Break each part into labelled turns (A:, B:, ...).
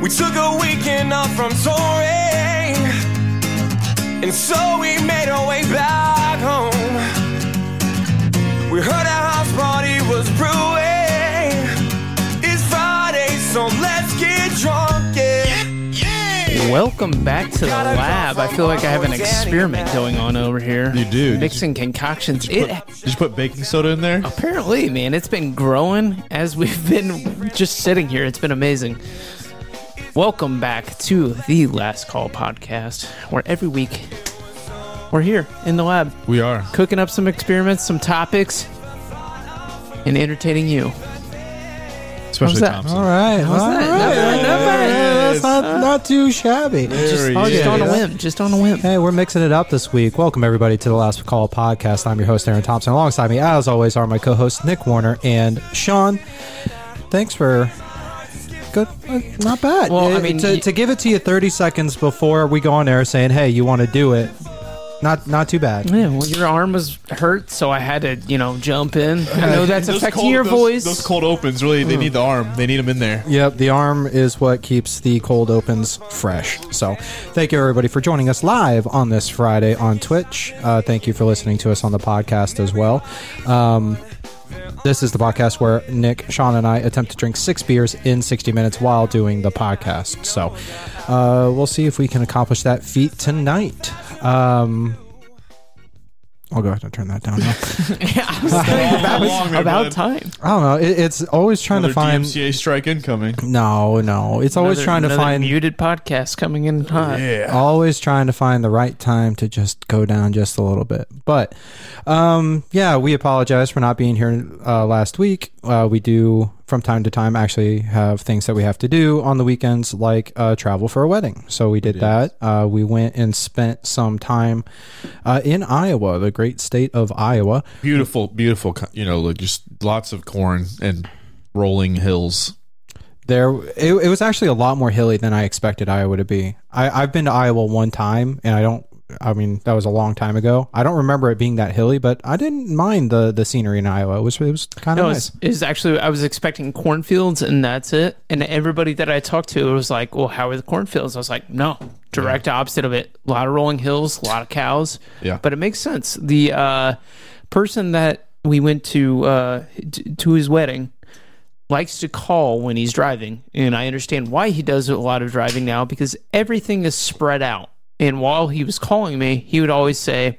A: We took a weekend off from touring, and so we made our way back home. We heard a house party was brewing. It's Friday, so let's get drunk. Yeah.
B: Welcome back to the lab. I feel like I have an experiment going on over here.
C: You do.
B: Mixing concoctions. It
C: Did you put baking soda in there?
B: Oh. apparently, man, it's been growing as we've been just sitting here. It's been amazing. Welcome back to the Last Call podcast, where every week we're here in the lab
C: We are.
B: cooking up some experiments, some topics, and entertaining you.
C: Especially
B: that?
C: Thompson.
D: All right. all
B: that?
D: right,
B: Not bad, not bad.
D: yeah, That's not, Uh. not too shabby.
C: There
B: Oh,
C: he
B: just
C: is.
B: on a whim. Just on a whim.
D: Hey, we're mixing it up this week. Welcome, everybody, to the Last Call podcast. I'm your host, Aaron Thompson. Alongside me, as always, are my co hosts, Nick Warner and Sean. Thanks for. Good. uh, Not bad.
B: Well, I
D: Uh,
B: mean,
D: to,
B: you-
D: to give it to you 30 seconds before we go on air saying, hey, you want to do it, not not too bad.
B: Yeah, well, your arm was hurt, so I had to, you know, jump in. I know that's
C: Those
B: affecting
C: cold-
B: your
C: those-
B: voice.
C: Those cold opens really, they need the arm. They need them in there.
D: Yep, the arm is what keeps the cold opens fresh. So, thank you everybody for joining us live on this Friday on Twitch. Uh, thank you for listening to us on the podcast as well. Um, this is the podcast where Nick, Sean, and I attempt to drink six beers in 60 minutes while doing the podcast. So, uh, we'll see if we can accomplish that feat tonight. Um, I'll go ahead and turn that down now.
B: Yeah, I was thinking
C: How
B: about,
C: long, my
B: about
C: bud?
B: time.
D: I don't know. It, it's always trying
C: Another
D: to find.
C: DMCA strike incoming.
D: No, no. It's always
B: Another-
D: trying to
B: another
D: find.
B: muted podcast coming in hot.
C: Yeah.
D: always trying to find the right time to just go down just a little bit but um yeah we apologize for not being here uh, last week uh, we do from time to time actually have things that we have to do on the weekends like uh, travel for a wedding so we did that uh, we went and spent some time uh, in iowa the great state of iowa
C: Beautiful, beautiful. co- You know, look, just lots of corn and rolling hills.
D: there it, it was actually a lot more hilly than i expected iowa to be I, i've been to iowa one time and i don't i mean that was a long time ago i don't remember it being that hilly but i didn't mind the the scenery in iowa it was, it was kind of
B: No,
D: nice
B: it's, it's actually I was expecting cornfields and that's it. And everybody that I talked to was like, "Well, how are the cornfields?" I was like, "No, direct opposite of it. A lot of rolling hills, a lot of cows."
C: Yeah.
B: but it makes sense. The uh, person that we went to uh, t- to his wedding likes to call when he's driving, and I understand why he does a lot of driving now because everything is spread out. And while he was calling me, he would always say,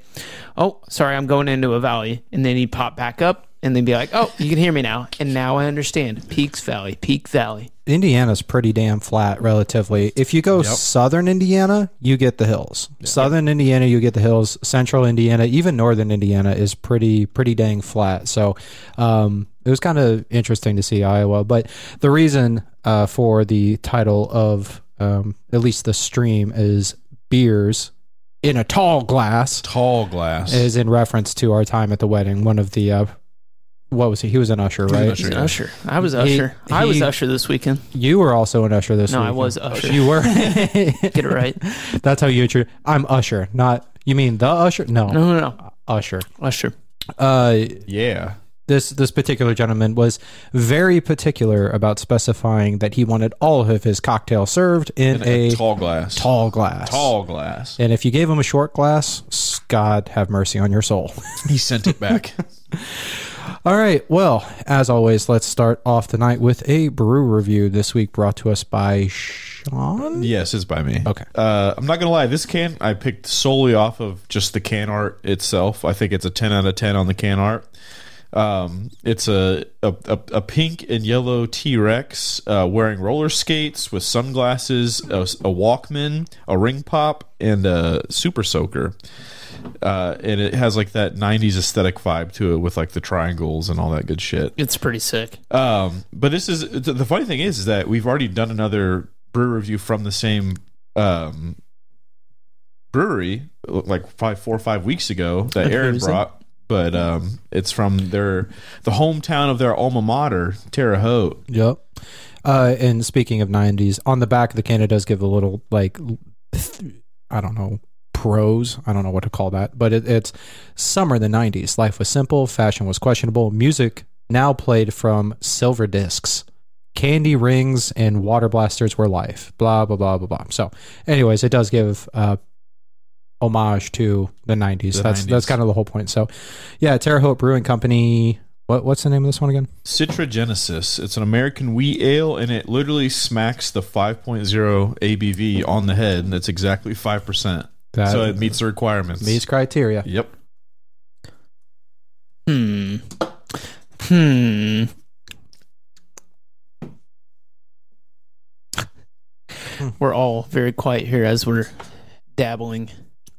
B: "Oh, sorry, I'm going into a valley," and then he'd pop back up and then be like, "Oh, you can hear me now." And now I understand. Peaks Valley, Peak Valley.
D: indiana's pretty damn flat relatively if you go southern indiana you get the hills southern indiana you get the hills central indiana even northern indiana is pretty pretty dang flat so um it was kind of interesting to see iowa but the reason uh, for the title of um, at least the stream is beers in a tall glass
C: Tall glass.
D: is in reference to our time at the wedding one of the uh, what was he he was an usher
C: an
D: right
C: usher.
B: He's an
C: Yeah.
B: usher. I was
D: He-
B: usher. I was
D: he-
B: usher this weekend.
D: you were also an usher this
B: No,
D: week
B: I was usher.
D: you were
B: Get it right.
D: That's how you intro. I'm Usher, not you mean the Usher? No,
B: No, no, no.
D: Usher.
B: Usher.
D: Uh,
C: yeah.
D: this this particular gentleman was very particular about specifying that he wanted all of his cocktail served in a, tall,
C: tall glass.
D: glass.
C: Tall glass.
D: And if you gave him a short glass, s- God have mercy on your soul.
C: He sent it back.
D: All right. Well, as always, let's start off the night with a brew review this week brought to us by Sean.
C: Yes, it's by me.
D: Okay.
C: Uh, I'm not gonna lie. This can I picked solely off of just the can art itself. I think it's a 10 out of 10 on the can art. Um, it's a a, a, a pink and yellow T Rex uh, wearing roller skates with sunglasses, a, a Walkman, a ring pop, and a super soaker. Uh, and it has like that 90s aesthetic vibe to it with like the triangles and all that good shit.
B: It's pretty sick.
C: Um, but this is th- the funny thing is, is that we've already done another brew review from the same um, brewery, like probably four or five weeks ago that Aaron
B: was it?
C: brought. But um, it's from their the hometown of their alma mater, Terre Haute.
D: Yep. Uh, and speaking of 90s, on the back of the can, it does give a little, like, th- I don't know, prose. I don't know what to call that. But it, it's summer in the 90s. Life was simple, fashion was questionable, music now played from silver discs. candy rings and water blasters were life. Blah blah blah blah blah. So, anyways, it does give uh, homage to the '90s.
C: The
D: that's that's
C: 90s.
D: kind of the whole point. So, yeah, Terre Haute Brewing Company. What what's the name of this one again?
C: Citra Genesis. It's an American wheat ale, and it literally smacks the 5.0 ABV on the head, and it's exactly 5%.
D: That
C: so it meets the requirements.
D: meets criteria.
C: Yep.
B: Hmm. Hmm. We're all very quiet here as we're dabbling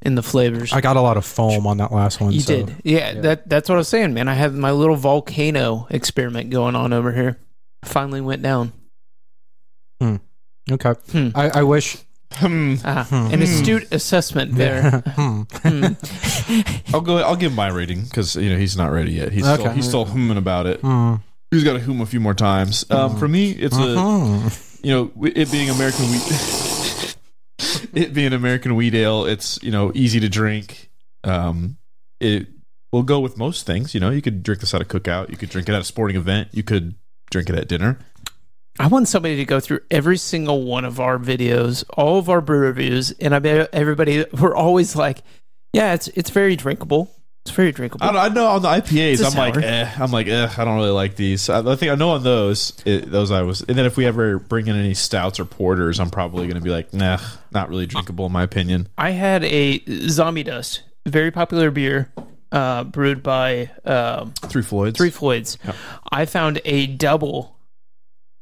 B: in the flavors.
D: I got a lot of foam on that last one.
B: you
D: so.
B: did, yeah,
D: yeah.
B: That that's what I was saying, man. I have my little volcano experiment going on over here. Finally went down.
D: Okay.
B: Hmm.
D: I, I wish.
C: Hmm.
B: Ah, An astute assessment there.
D: Hmm.
B: Hmm.
C: I'll go. I'll give my rating because you know he's not ready yet. He's still
D: Okay.
C: he's still humming about it.
D: Hmm.
C: He's got to hum a few more times. Um, for me, it's a
D: Hmm.
C: you know w- it being American wheat. it being American wheat ale, it's you know easy to drink. Um, it will go with most things. You know, you could drink this at a cookout. You could drink it at a sporting event. You could drink it at dinner.
B: I want somebody to go through every single one of our videos, all of our brew reviews, and I bet everybody we're always like, yeah, it's it's very drinkable. It's very drinkable.
C: I, don't, I know on the IPAs,
B: It's a
C: I'm like,
B: sour.
C: eh, I'm like, eh, I don't really like these. I, I think I know on those, it, those I was. And then if we ever bring in any stouts or porters, I'm probably going to be like, nah, not really drinkable in my opinion.
B: I had a zombie dust, very popular beer, uh, brewed by um,
C: Three Floyds,
B: Three Floyds. I found a double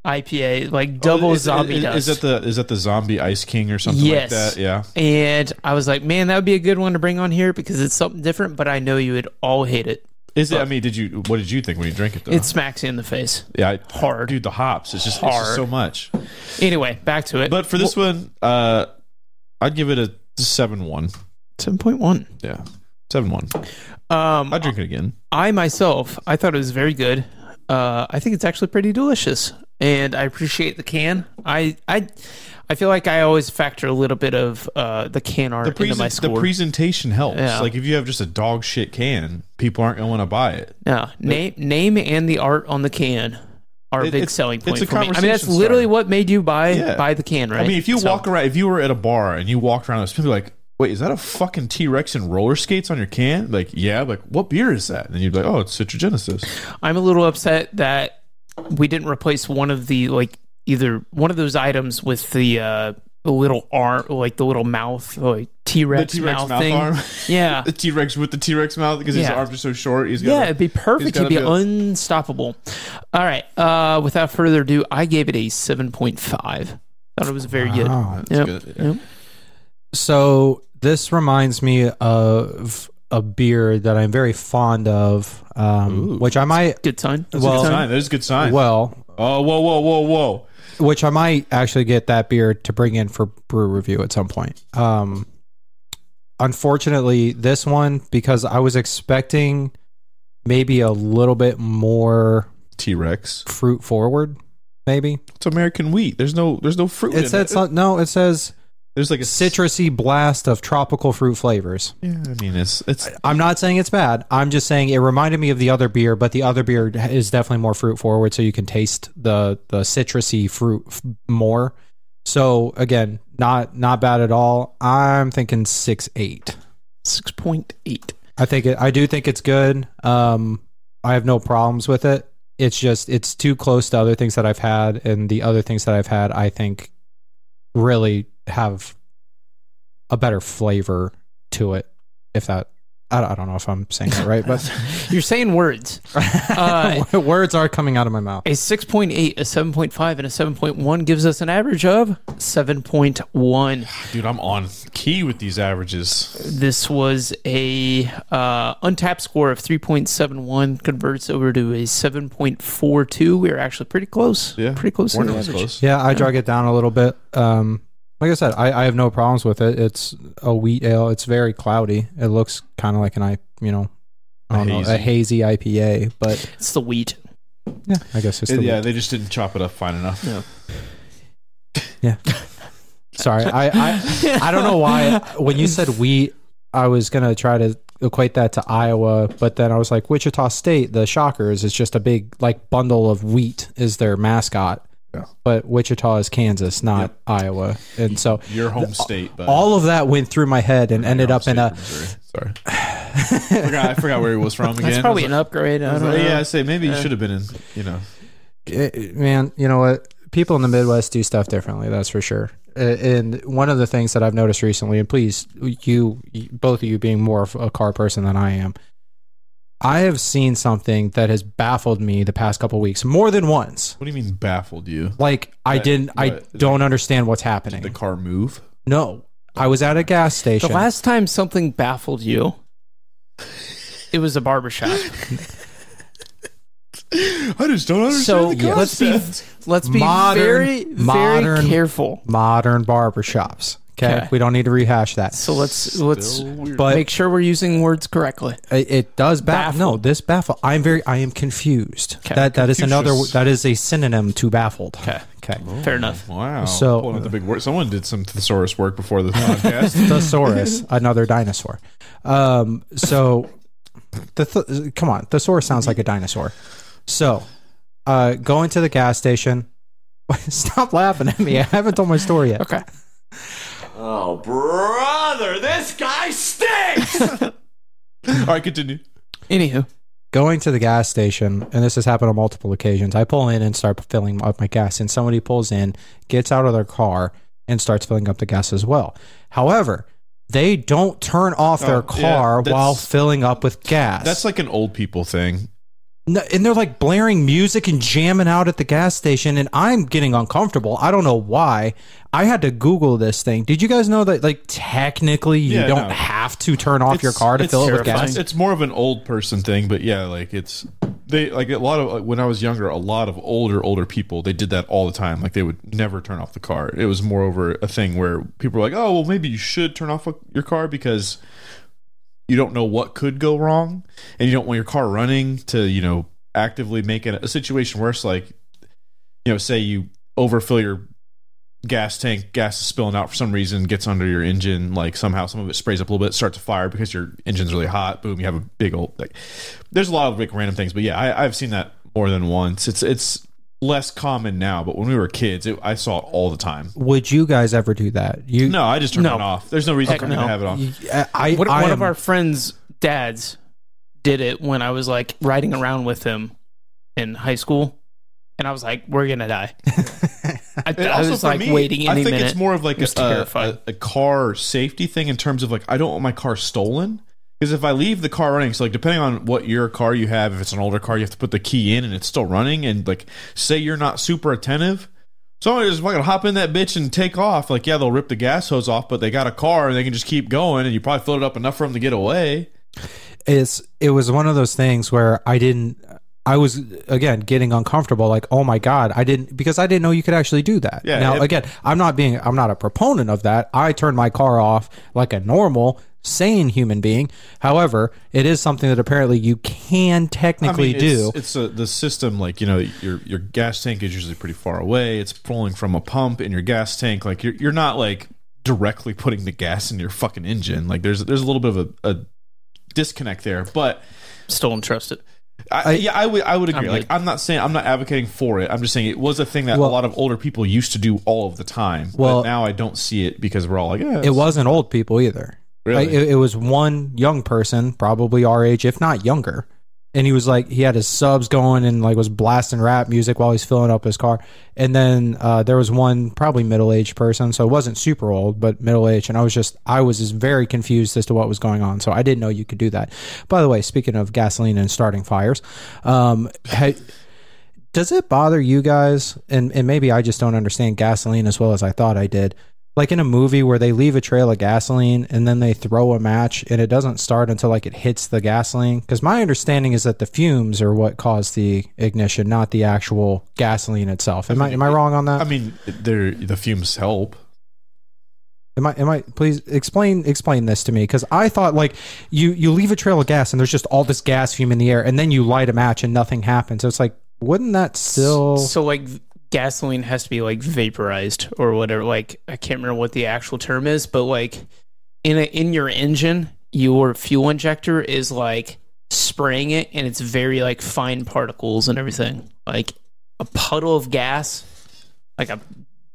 B: IPA, like double
C: Oh, is,
B: zombie
C: is,
B: dust.
C: Is that the is that the zombie Ice King or something
B: Yes.
C: like that? Yeah.
B: and I was like, man, that would be a good one to bring on here because it's something different, but I know you would all hate it.
C: Is it? I mean, did you? What did you think when you drank it? Though?
B: It smacks you in the face.
C: yeah, I,
B: hard.
C: dude. The hops. It's just, it's just
B: Hard.
C: so much.
B: Anyway, back to it.
C: But for this one, uh, I'd give it a seven one.
B: seven point one.
C: Yeah, seven one.
B: Um,
C: I drink it again.
B: I myself, I thought it was very good. Uh, I think it's actually pretty delicious, and I appreciate the can. I I I feel like I always factor a little bit of uh, the can art
C: the,
B: into my
C: presen- the
B: score.
C: presentation helps.
B: Yeah.
C: Like if you have just a dog shit can, people aren't going to buy it.
B: yeah, name name and the art on the can are a
C: It-
B: big
C: it's-
B: selling
C: it's
B: point
C: a
B: for me. I mean, that's
C: conversation
B: literally
C: starter.
B: what made you buy
C: Yeah.
B: buy the can, right?
C: I mean, if you
B: So-
C: walk around, if you were at a bar and you walked around, there's people like, wait, is that a fucking T Rex and roller skates on your can? Like, yeah. Like, what beer is that? And you'd be like, oh, it's Citra Genesis.
B: I'm a little upset that we didn't replace one of the like either one of those items with the uh the little arm like the little mouth like T-Rex,
C: The T-Rex
B: mouth,
C: mouth
B: thing.
C: arm.
B: Yeah.
C: The T Rex with the T Rex mouth because his
B: Yeah.
C: arms are so short. He's
B: Yeah,
C: got
B: it'd be perfect. He'd
C: gotta
B: be
C: be a-
B: unstoppable. All right. Uh, without further ado, I gave it a seven point five. Thought it was very
D: Wow.
B: good. Yep.
C: good,
B: Yep.
D: So this reminds me of a beer that I'm very fond of, um,
C: Ooh.
D: which I might
B: Good sign.
C: That's a
D: Well-
C: good sign. That is a good sign.
D: well,
C: oh, whoa, whoa, whoa, whoa.
D: which I might actually get that beer to bring in for brew review at some point. Um, unfortunately, this one because I was expecting maybe a little bit more
C: T Rex.
D: fruit forward, maybe
C: It's American wheat. There's no, there's no fruit. in
D: it says
C: it.
D: some- no. It says
C: There's like a
D: citrusy blast of tropical fruit flavors.
C: Yeah, I mean, it's it's
D: I'm not saying it's bad. I'm just saying it reminded me of the other beer, but the other beer is definitely more fruit forward, so you can taste the the citrusy fruit f- more. So again, not not bad at all. I'm thinking six eight.
B: Six point eight.
D: I think it, I do think it's good. Um, I have no problems with it. It's just it's too close to other things that I've had, and the other things that I've had, I think, really have a better flavor to it. If that, I don't, I don't know if I'm saying that right, but
B: You're saying words. Uh,
D: words are coming out of my mouth.
B: a six point eight, a seven point five, and a seven point one gives us an average of seven point one.
C: dude. I'm on key with these averages.
B: This was a uh, untapped score of 3.71 converts over to a 7.42. We were actually pretty close.
C: Yeah,
B: Pretty close. to
C: We're
B: the
C: not
B: average.
C: close.
D: Yeah, I drag it down a little bit. Um, like I said, I, I have no problems with it. It's a wheat ale. It's very cloudy. It looks kind of like an I, you know, I don't know, a hazy IPA, but
B: It's the wheat.
D: yeah, I guess it's
C: Yeah,
D: the
C: yeah,
D: wheat.
C: they just didn't chop it up fine enough.
D: Sorry, I, I I don't know why when you said wheat, I was gonna try to equate that to Iowa, but then I was like Wichita State, the Shockers is just a big like bundle of wheat is their mascot. but Wichita is Kansas, not Iowa. And so
C: Your home state, but
D: all of that went through my head and ended up in a.
C: Sorry, I, forgot, I forgot where he was from again.
B: That's probably an upgrade. I
C: I was
B: don't know.
C: like, yeah, I say maybe you should have been in. You know,
D: it- Eh, man, you know what? People in the Midwest do stuff differently. That's for sure. Uh, And one of the things that I've noticed recently, and please, you, you- both of you being more of a car person than I am, I have seen something that has baffled me the past couple weeks more than once.
C: what do you mean baffled you?
D: Like I
C: What-
D: didn't, I
C: what-
D: don't understand what's happening.
C: The car move.
D: no, I was at a gas
B: The
D: station.
B: last time something baffled you, it was a barbershop.
C: I just don't understand.
B: so
C: the car.
B: let's be let's be
D: Modern-
B: very
D: modern-
B: very careful.
D: modern barber shops. Okay,
B: Okay.
D: we don't need to rehash that.
B: So let's let's
D: but
B: make sure we're using words correctly.
D: It, it does baffle. No, this baffle. I'm very. I am confused.
B: Okay.
D: That that is another.
C: Confucius.
D: That is a synonym to baffled. Okay. Okay.
B: Fair enough.
C: Wow.
D: So-
C: Pulling out the big word. Someone did some thesaurus work before this podcast.
D: Thesaurus, another dinosaur. Um. So, the th- come on. Thesaurus sounds like a dinosaur. So, uh, going to the gas station. Stop laughing at me. I haven't told my story yet.
B: Okay.
A: Oh, brother, this guy stinks!
C: All right, continue.
B: Anywho,
D: going to the gas station, and this has happened on multiple occasions. I pull in and start filling up my gas, and somebody pulls in, gets out of their car, and starts filling up the gas as well. However, they don't turn off their
C: Oh, yeah,
D: car
C: that's-
D: while filling up with gas.
C: That's like an old people thing.
D: No, and they're like blaring music and jamming out at the gas station, and I'm getting uncomfortable. I don't know why. I had to Google this thing. Did you guys know that, like, technically, you
C: Yeah,
D: don't
C: no.
D: have to turn off your
C: It's-
D: car to
C: it's
D: fill it with
C: terrifying.
D: gas?
C: It's, it's more of an old person thing, but yeah, like it's they like a lot of like, when I was younger, a lot of older older people they did that all the time. Like they would never turn off the car. It was more over a thing where people were like, "Oh, well, maybe you should turn off uh, your car because you don't know what could go wrong, and you don't want your car running to you know actively make it a situation worse. Like you know, say you overfill your gas tank, gas is spilling out for some reason, gets under your engine, like somehow some of it sprays up a little bit, starts a fire because your engine's really hot. Boom, you have a big old like. There's a lot of like random things, but yeah, I, I've seen that more than once. It's it's less common now, but when we were kids, it, I saw it all the time.
D: Would you guys ever do that? You
C: No, I just turned
B: No.
C: it off. There's no reason
B: Heck
C: for me
B: no.
C: to have it on.
D: I, I,
B: What,
D: I
B: one of
D: am-
B: our friends' dads did it when I was like riding around with him in high school, and I was like, "We're gonna die." I,
C: And
B: I was
C: for
B: like waiting
C: I
B: any
C: think
B: minute.
C: it's more of like a,
B: It's terrifying.
C: a, a car safety thing in terms of like I don't want my car stolen because if I leave the car running, so like depending on what your car you have, if it's an older car, you have to put the key in and it's still running, and like say you're not super attentive. Somebody just fucking hop in that bitch and take off. Like, yeah, they'll rip the gas hose off, but they got a car and they can just keep going, and you probably filled it up enough for them to get away.
D: it's it was one of those things where I didn't I was again getting uncomfortable like oh my god I didn't because I didn't know you could actually do that.
C: Yeah,
D: now
C: it-
D: again, I'm not being I'm not a proponent of that. I turn my car off like a normal sane human being. However, it is something that apparently you can
C: I
D: technically
C: mean,
D: do.
C: It's, it's a, the system, like you know, your your gas tank is usually pretty far away. It's pulling from a pump in your gas tank. Like you're you're not like directly putting the gas in your fucking engine. Like there's there's a little bit of a, a disconnect there, but
B: Still untrusted.
C: I, yeah, I would I would agree.
B: I'm
C: like
B: good.
C: I'm not saying I'm not advocating for it. I'm just saying it was a thing that
D: Well-
C: a lot of older people used to do all of the time.
D: Well-
C: but now I don't see it because we're all like, yeah,
D: it wasn't old people either.
C: Really?
D: Like, it, it was one young person, probably our age, if not younger. And he was like, he had his subs going and like was blasting rap music while he's filling up his car. And then uh, there was one probably middle aged person, so it wasn't super old, but middle aged. And I was just, I was just very confused as to what was going on. So I didn't know you could do that. By the way, speaking of gasoline and starting fires, um, ha- does it bother you guys and, and maybe i just don't understand gasoline as well as i thought i did like in a movie where they leave a trail of gasoline and then they throw a match and it doesn't start until like it hits the gasoline because my understanding is that the fumes are what caused the ignition not the actual gasoline itself am i am i wrong on that
C: I mean, there the fumes help.
D: Am I? Am I? Please explain explain this to me because I thought like you you leave a trail of gas and there's just all this gas fume in the air and then you light a match and nothing happens. So it's like wouldn't that still?
B: So like gasoline has to be like vaporized or whatever. Like I can't remember what the actual term is, but like in a, in your engine, your fuel injector is like spraying it, and it's very like fine particles and everything. Like a puddle of gas like a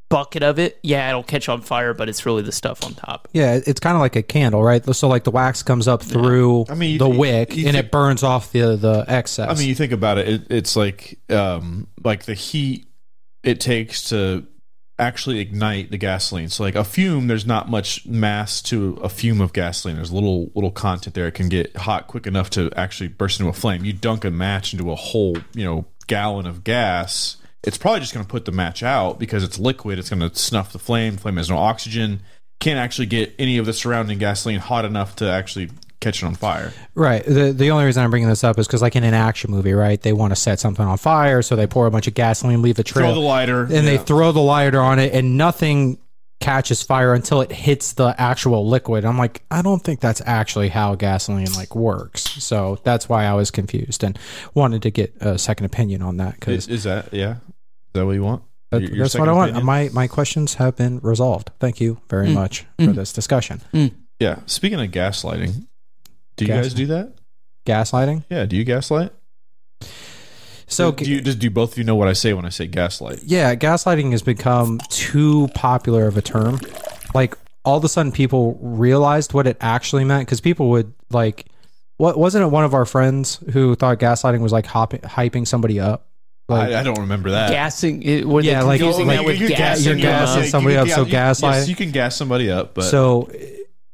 B: bucket of it, yeah, it'll catch on fire, but it's really the stuff on top.
D: Yeah, it- it's kind of like a candle, right? So like the wax comes up through
C: I mean, you-
D: the
C: you-
D: wick
C: you
D: and
C: think-
D: it burns off the the excess.
C: I mean, you think about it, it it's like um, like the heat it takes to actually ignite the gasoline. So like a fume, there's not much mass to a fume of gasoline. There's little little content there. It can get hot quick enough to actually burst into a flame. You dunk a match into a whole, you know, gallon of gas. It's probably just going to put the match out because it's liquid. It's going to snuff the flame. The flame has no oxygen. Can't actually get any of the surrounding gasoline hot enough to actually catch it on fire.
D: right. The the only reason I'm bringing this up is because like in an action movie, right? They want to set something on fire, so they pour a bunch of gasoline, leave a trail,
C: Throw the lighter,
D: and they throw the lighter on it, and nothing catches fire until it hits the actual liquid. I'm like, I don't think that's actually how gasoline like works. So that's why I was confused and wanted to get a second opinion on that
C: Is,
D: because
C: is that yeah? Is that what you want?
D: That-
C: Your- your
D: that's what
C: second
D: I want.
C: opinion?
D: My my questions have been resolved. Thank you very much for this discussion.
C: yeah. Speaking of gaslighting, do you
D: Gas-
C: guys do that?
D: Gaslighting.
C: Yeah. Do you gaslight?
D: So
C: do you just do both of you know what I say when I say gaslight?
D: yeah, gaslighting has become too popular of a term. Like all of a sudden, people realized what it actually meant because people would like. What wasn't it? One of our friends who thought gaslighting was like hopping, hyping somebody up. Like
C: I, I don't remember
B: Uh,
C: that.
B: gassing, it, were
D: Yeah,
B: they
D: like-
B: confusing
D: like
B: that with
C: you're
B: gas?
C: gassing
B: in your
C: them
D: gassing
B: mouth?
C: You
D: somebody
C: can
D: up, so
C: you- yes,
D: gaslighting-
C: you can gas somebody up, but
D: so.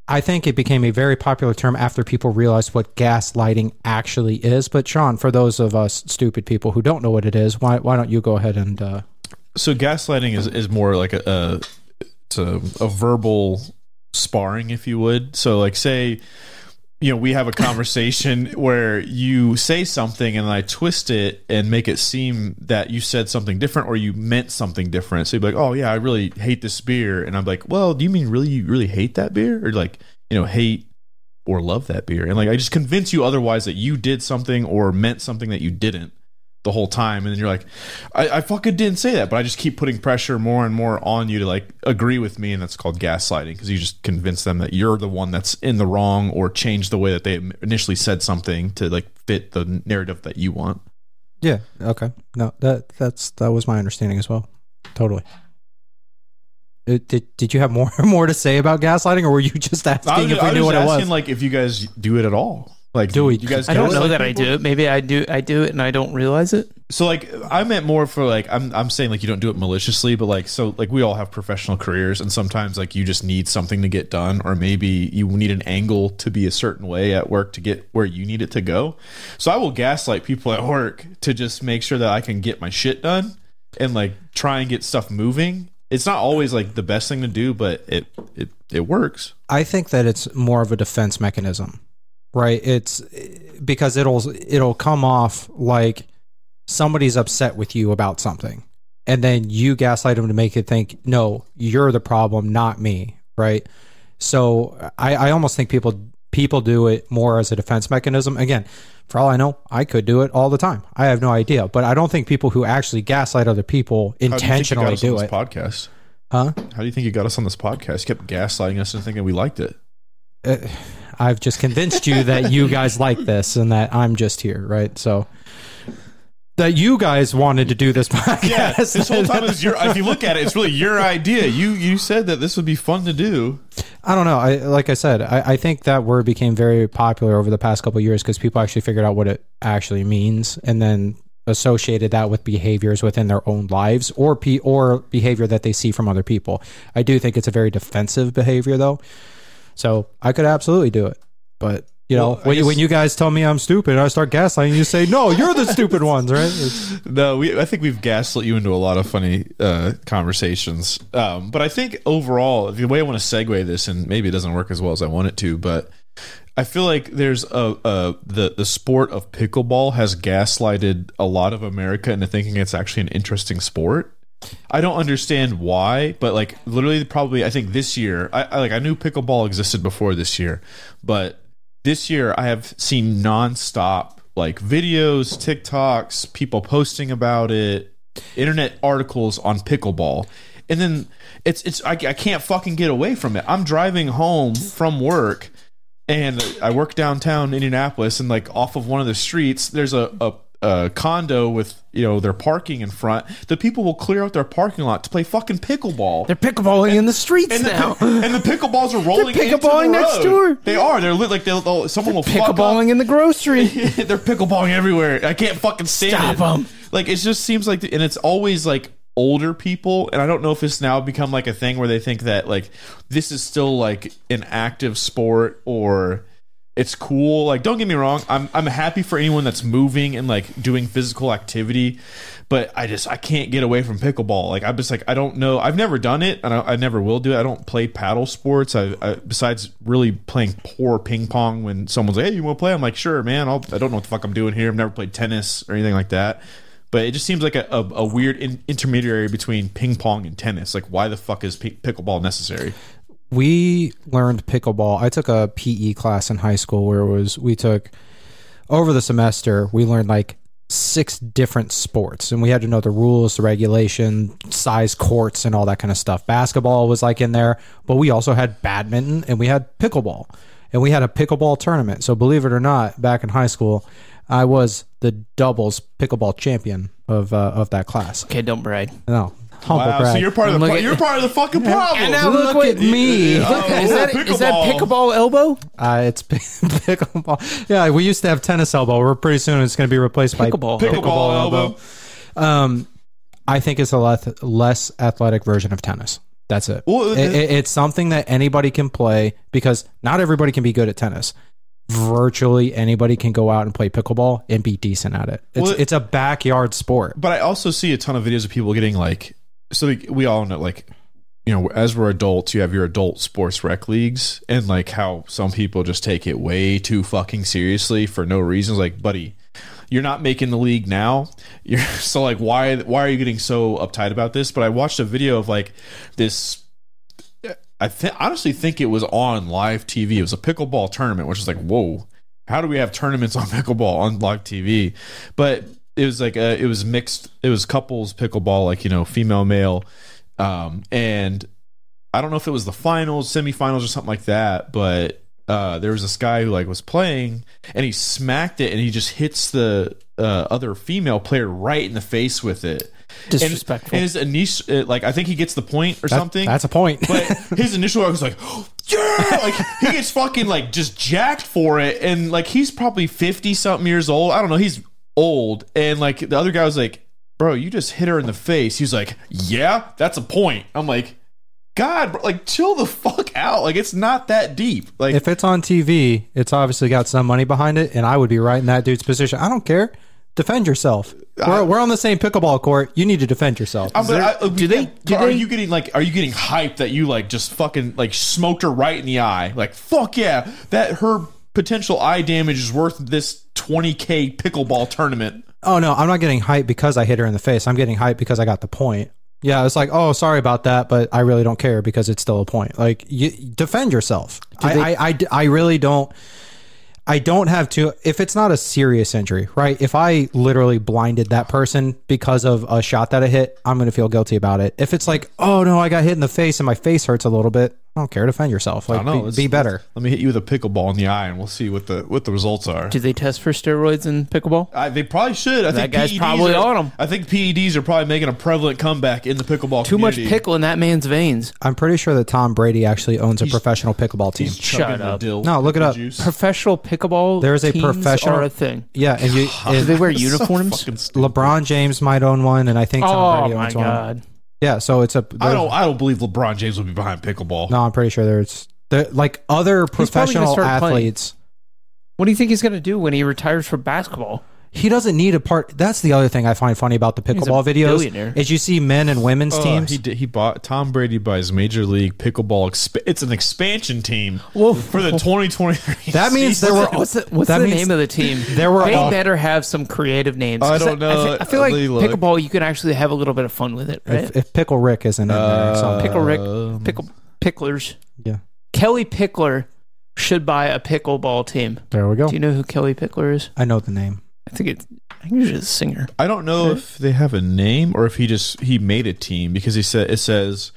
D: I think it became a very popular term after people realized what gaslighting actually is. But Sean, for those of us stupid people who don't know what it is, why why don't you go ahead and uh,
C: so gaslighting is, is more like a, a it's a, a verbal sparring if you would so like say you know we have a conversation where you say something and i twist it and make it seem that you said something different or you meant something different so you'd be like oh yeah i really hate this beer and i'm like well do you mean really you really hate that beer or like you know hate or love that beer and like i just convince you otherwise that you did something or meant something that you didn't the whole time and then you're like I, I fucking didn't say that but i just keep putting pressure more and more on you to like agree with me and that's called gaslighting because you just convince them that you're the one that's in the wrong or change the way that they initially said something to like fit the narrative that you want
D: Yeah. Okay. No, that that's that was my understanding as well. Totally. Uh, Did, did you have more more to say about gaslighting, or were you just asking
C: i was,
D: if we
C: I was
D: knew
C: just
D: what it
C: asking
D: was?
C: like if you guys do it at all like
D: Do we-
C: you guys
B: I don't know
C: gaslight
B: that I
C: people?
B: do it. Maybe I do. I do it, and I don't realize it.
C: so like i meant more for like i'm i'm saying like you don't do it maliciously but like so like we all have professional careers and sometimes like you just need something to get done or maybe you need an angle to be a certain way at work to get where you need it to go so i will gaslight people at work to just make sure that i can get my shit done and like try and get stuff moving it's not always like the best thing to do but it it it works
D: I think that it's more of a defense mechanism, right? It's because it'll it'll come off like somebody's upset with you about something, and then you gaslight them to make it think, no, you're the problem, not me, right? So I, I almost think people people do it more as a defense mechanism. Again, for all I know, I could do it all the time. I have no idea, but I don't think people who actually gaslight other people
C: How do you think you got
D: intentionally
C: us on
D: do
C: this
D: it.
C: podcast
D: Huh?
C: how do you think you got us on this podcast you kept gaslighting us and thinking we liked it
D: I've just convinced you that you guys like this and that I'm just here, right? So that you guys wanted to do this podcast.
C: Yeah, this whole time is your. If you look at it, it's really your idea. You you said that this would be fun to do.
D: I don't know. I like I said, I, I think that word became very popular over the past couple of years because people actually figured out what it actually means and then associated that with behaviors within their own lives or pe- or behavior that they see from other people. I do think it's a very defensive behavior though. So I could absolutely do it. But you know,
C: Well, I
D: when, you
C: guess-
D: when you guys tell me I'm stupid, I start gaslighting. You say, "No, you're the stupid ones, right?" It's-
C: No, we. I think we've gaslit you into a lot of funny uh, conversations. Um, but I think overall, the way I want to segue this, and maybe it doesn't work as well as I want it to, but I feel like there's a, a the the sport of pickleball has gaslighted a lot of America into thinking it's actually an interesting sport. I don't understand why, but like literally, probably I think this year, I, I like I knew pickleball existed before this year, but this year I have seen nonstop like videos, TikToks, people posting about it, internet articles on pickleball. And then it's it's I, I can't fucking get away from it. I'm driving home from work and I work downtown Indianapolis and like off of one of the streets there's a, a uh, condo with you know their parking in front, the people will clear out their parking lot to play fucking pickleball.
B: They're pickleballing in the streets
C: and the,
B: now.
C: and the pickleballs are rolling.
B: They're
C: into the
B: pickleballing next
C: road.
B: door.
C: They are. They're lit like they'll, they'll- someone will fuck up.
B: Pickleballing in the grocery.
C: They're pickleballing everywhere. I can't fucking
B: Stop
C: stand it.
B: 'em.
C: Like it just seems like, and it's always like older people, and I don't know if it's now become like a thing where they think that like this is still like an active sport or it's cool. Like don't get me wrong, I'm I'm happy for anyone that's moving and like doing physical activity, but I just I can't get away from pickleball. Like I'm just like I don't know. I've never done it, and I, I never will do it. I don't play paddle sports. I, I besides really playing poor ping pong when someone's like, "Hey, you want to play?" I'm like, "Sure, man." I'll, I don't know what the fuck I'm doing here. I've never played tennis or anything like that. But it just seems like a, a, a weird in, intermediary between ping pong and tennis. Like, why the fuck is pi- pickleball necessary?
D: we learned pickleball. I took a PE class in high school where it was we took over the semester we learned like six different sports and we had to know the rules, the regulation, size courts and all that kind of stuff. Basketball was like in there, but we also had badminton and we had pickleball. And we had a pickleball tournament. So believe it or not, back in high school, I was the doubles pickleball champion of uh, of that class.
B: okay, don't brag.
D: No. Humble
C: Wow, so
D: brag.
C: you're part of the
B: Look
C: pro-
B: at-
C: you're part of the fucking problem.
B: And now look,
D: Look
B: at
D: at me.
B: is, that, is that pickleball elbow?
D: Uh, it's pick- pickleball. Yeah, we used to have tennis elbow. We're pretty soon it's going to be replaced
B: Pickleball.
D: by
C: Pickleball elbow.
D: Um, I think it's a less, less athletic version of tennis. That's it.
C: Well,
D: It-
C: the-
D: it- It's something that anybody can play because not everybody can be good at tennis. Virtually anybody can go out and play pickleball and be decent at it. It's
C: Well,
D: it's a backyard sport.
C: But I also see a ton of videos of people getting like, so like, we all know like, you know, as we're adults, you have your adult sports rec leagues, and like how some people just take it way too fucking seriously for no reasons. Like, buddy, you're not making the league now. You're so like, why why are you getting so uptight about this? But I watched a video of like this I th- honestly think it was on live TV. It was a pickleball tournament, which is like, whoa, how do we have tournaments on pickleball on live TV? But it was like uh it was mixed. It was couples pickleball, like you know, female male, um, and I don't know if it was the finals, semifinals, or something like that. But uh, there was this guy who like was playing, and he smacked it, and he just hits the uh, other female player right in the face with it. And-
B: Disrespectful.
C: And, his initial, uh, like I think he gets the point or
D: That-
C: something.
D: That's a point.
C: But his initial I was like, yeah, like he gets fucking like just jacked for it, and like he's probably fifty something years old. I don't know, he's old, and like the other guy was like, bro, you just hit her in the face. He's like, yeah, that's a point. I'm like, God, bro, like chill the fuck out. Like it's not that deep. Like
D: if it's on TV, it's obviously got some money behind it, and I would be right in that dude's position. I don't care. Defend yourself. We're, we're on the same pickleball court. You need to defend yourself.
C: I'm like, I-
B: do they-
C: yeah,
B: do
C: are
B: they-
C: you getting like? Are you getting hyped that you like just fucking like smoked her right in the eye? Like fuck yeah, that her potential eye damage is worth this 20k pickleball tournament.
D: oh no, I'm not getting hyped because I hit her in the face. I'm getting hyped because I got the point. Yeah, it's like, oh, sorry about that, but I really don't care because it's still a point. Like, you defend yourself. I, I, I, I really don't. I don't have to if it's not a serious injury, right? If I literally blinded that person because of a shot that I hit, I'm going to feel guilty about it. If it's like, oh no, I got hit in the face and my face hurts a little bit, I don't care. Defend yourself. Like,
C: I don't know.
D: be,
C: Let's-
D: be better.
C: Let me hit you with a pickleball in the eye, and we'll see what the what the results are.
B: Do they test for steroids in pickleball?
C: I, they probably should. I
B: That
C: think
B: guy's
C: PEDs
B: probably
C: are,
B: on 'em.
C: I think PEDs are probably making a prevalent comeback in the pickleball.
B: Too much
C: community.
B: pickle in that man's veins.
D: I'm pretty sure that Tom Brady actually owns a professional pickleball team.
B: Shut
C: Chugging the
B: up.
C: dill-
D: No, look it
C: pickle
D: up.
C: juice.
B: Professional pickleball.
D: There is a
B: teams
D: professional-
B: are a thing.
D: Yeah, and you
B: Do
D: and
B: they wear uniforms?
C: Fucking st-
D: LeBron James might own one, and I think Tom
B: Oh
D: Brady
B: my
D: owns one.
B: god!
D: Yeah, so it's a.
C: I don't. I don't believe LeBron James will be behind pickleball.
D: No, I'm pretty sure there's there, like other
B: probably gonna
D: professional
B: start playing.
D: athletes.
B: What do you think he's gonna do when he retires from basketball?
D: he doesn't need a part. That's the other thing I find funny about the
B: a
D: pickleball
B: billionaire. Oh,
D: videos is you see men and women's
C: Uh,
D: teams.
C: he did, he bought Tom Brady buys Major League Pickleball. Exp- it's an expansion team
B: Well,
C: for the 2023.
D: that means there were
B: what's the, what's
D: that
B: the
D: means-
B: name of the team?
D: there were
B: they
D: all-
B: better have some creative names. 'cause
C: I don't
B: I,
C: know.
B: thi- I feel like
C: Let me look.
B: pickleball, you can actually have a little bit of fun with it, right?
D: If, if Pickle Rick isn't in
C: Uh,
D: there, so
B: Pickle Rick,
C: Um,
B: pickle picklers.
D: yeah,
B: Kelly Pickler should buy a pickleball team.
D: there we go.
B: Do you know who Kelly Pickler is?
D: I know the name.
B: I think it's I think she's a singer.
C: I don't know
D: Hmm?
C: if they have a name or if he just he made a team because he said it says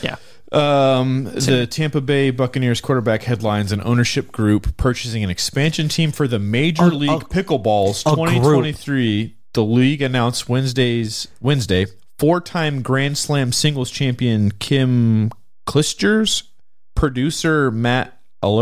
B: Yeah.
C: Um, the Tampa Bay Buccaneers quarterback headlines an ownership group purchasing an expansion team for the Major League Pickleballs
D: a group.
C: 2023. The league announced Wednesday's Wednesday four-time Grand Slam singles champion Kim Clisters, producer Matt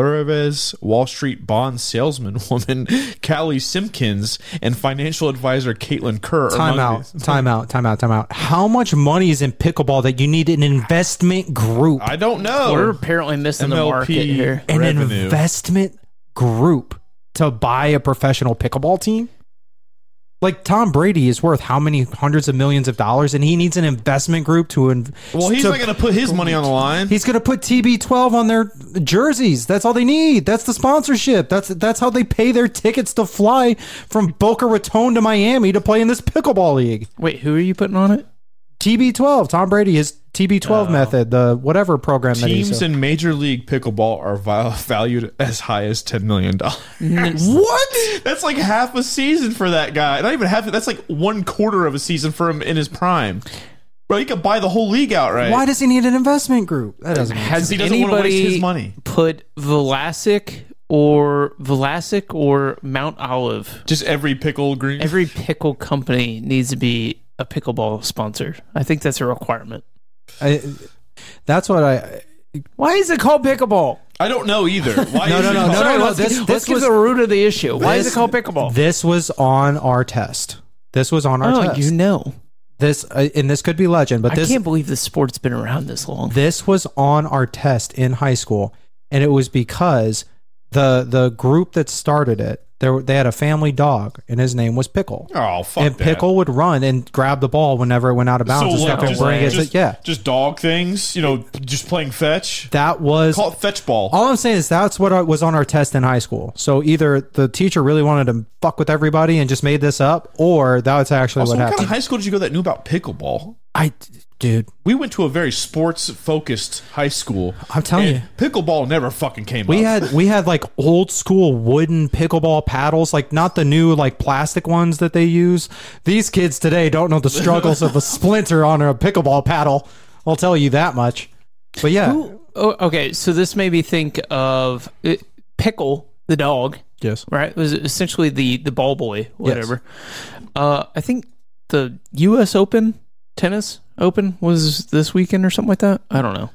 C: Alareves, Wall Street bond salesman woman Callie Simpkins, and financial advisor Caitlin Kerr. are
D: Time
C: among
D: out,
C: these.
D: time out, time out, time out. How much money is in pickleball that you need an investment group?
C: I don't
D: Oh.
C: know.
B: We're apparently missing the market
C: MLP
B: here.
D: An
C: revenue.
D: investment group to buy a professional pickleball team? Like Tom Brady is worth how many hundreds of millions of dollars, and he needs an investment group to. Inv-
C: well, he's
D: to-
C: not going to put his money on the line.
D: He's going to put TB12 on their jerseys. That's all they need. That's the sponsorship. That's that's how they pay their tickets to fly from Boca Raton to Miami to play in this pickleball league.
B: Wait, who are you putting on it?
D: TB12, Tom Brady, his TB12 method, the whatever program that
C: Oh. Teams
D: he's
C: in Major League Pickleball are val- valued as high as ten million dollars.
D: What?
C: That's like half a season for that guy. Not even half. That's like one quarter of a season for him in his prime. Bro, he could buy the whole league outright.
D: Why does he need an investment group? That doesn't make
B: Has
C: he doesn't wanna
B: anybody
C: waste his money.
B: put Velasic or Velasic or Mount Olive?
C: Just every pickle green.
B: Every pickle company needs to be a pickleball sponsor. I think that's a requirement.
D: I, that's what I.
B: Why is it called pickleball?
C: I don't know either. Why
D: No,
C: is
D: no,
C: it
D: no, no,
C: called-
D: no,
B: Sorry,
D: no.
B: let's,
D: This,
B: let's
D: this
B: get
D: was
B: to the root of the issue. Why is it called pickleball?
D: This was on our test. This was on our
B: oh,
D: test.
B: you know.
D: this uh, and this could be legend, but
B: I
D: this
B: can't believe this sport's been around this long.
D: this was on our test in high school, and it was because the the group that started it, there were- they had a family dog, and his name was Pickle.
C: Oh fuck.
D: and
C: that.
D: Pickle would run and grab the ball whenever it went out of bounds and
C: like,
D: stuff and
C: just,
D: bring it.
C: just-
D: yeah,
C: just dog things. You know, just playing fetch.
D: that was
C: Call it fetch ball.
D: all I'm saying is that's what I- was on our test in high school. So either the teacher really wanted to fuck with everybody and just made this up, or that's actually
C: also,
D: what
C: what kind
D: happened.
C: of high school did you go that knew about pickleball?
D: I, dude,
C: We went to a very sports focused high school.
D: I'm telling you.
C: and pickleball never fucking came
D: Oh, We
C: up.
D: had we had like old school wooden pickleball paddles, like not the new like plastic ones that they use. These kids today don't know the struggles of a splinter on a pickleball paddle. I'll tell you that much. But yeah,
B: Oh, okay, so this made me think of uh, Pickle, the dog,
D: yes,
B: right? It was essentially the, the ball boy, whatever. Uh, I think the U.S. Open, tennis Open, was this weekend or something like that. I don't know. I-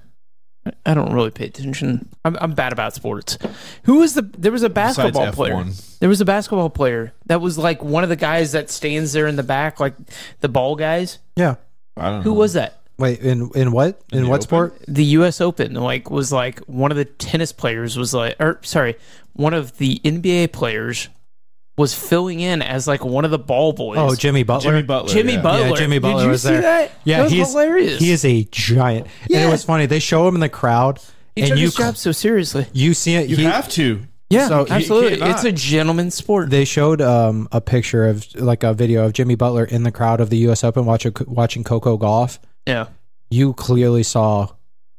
B: I don't really pay attention. I'm, I'm bad about sports. Who was the? There was a basketball
C: Besides
B: player.
C: F1.
B: There was a basketball player that was like one of the guys that stands there in the back, like the ball guys.
D: yeah.
C: I don't know.
B: Who was that?
D: Wait, in in what in,
C: the
D: what
C: open?
D: sport?
B: the U.S. Open, like, was like one of the tennis players was like, or sorry, one of the NBA players was filling in as like one of the ball boys.
D: Oh, Jimmy Butler.
C: Jimmy Butler.
B: Jimmy
C: yeah.
B: Butler.
D: Yeah, Jimmy Butler
B: Did you
D: was
B: see
D: there.
B: that?
D: Yeah,
B: that was
D: he's
B: hilarious.
D: He is a giant, and
B: Yeah.
D: it was funny. They show him in the crowd,
B: He
D: and
B: took
D: you
B: his job so seriously.
D: you see it.
C: You
D: he-
C: have to.
B: Yeah,
D: So he
B: absolutely.
C: cannot.
B: It's a gentleman's sport.
D: they showed um, a picture of like a video of Jimmy Butler in the crowd of the U.S. Open watching watching Coco golf.
B: yeah,
D: You clearly saw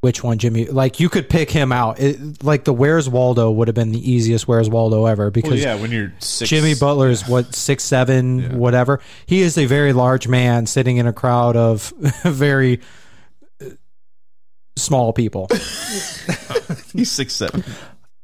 D: which one Jimmy like you could pick him out. It, like the Where's Waldo would have been the easiest Where's Waldo ever because
C: Well, Oh, yeah, when you're six.
D: Jimmy Butler is what six seven whatever. He is a very large man sitting in a crowd of very uh, small people.
C: He's six seven.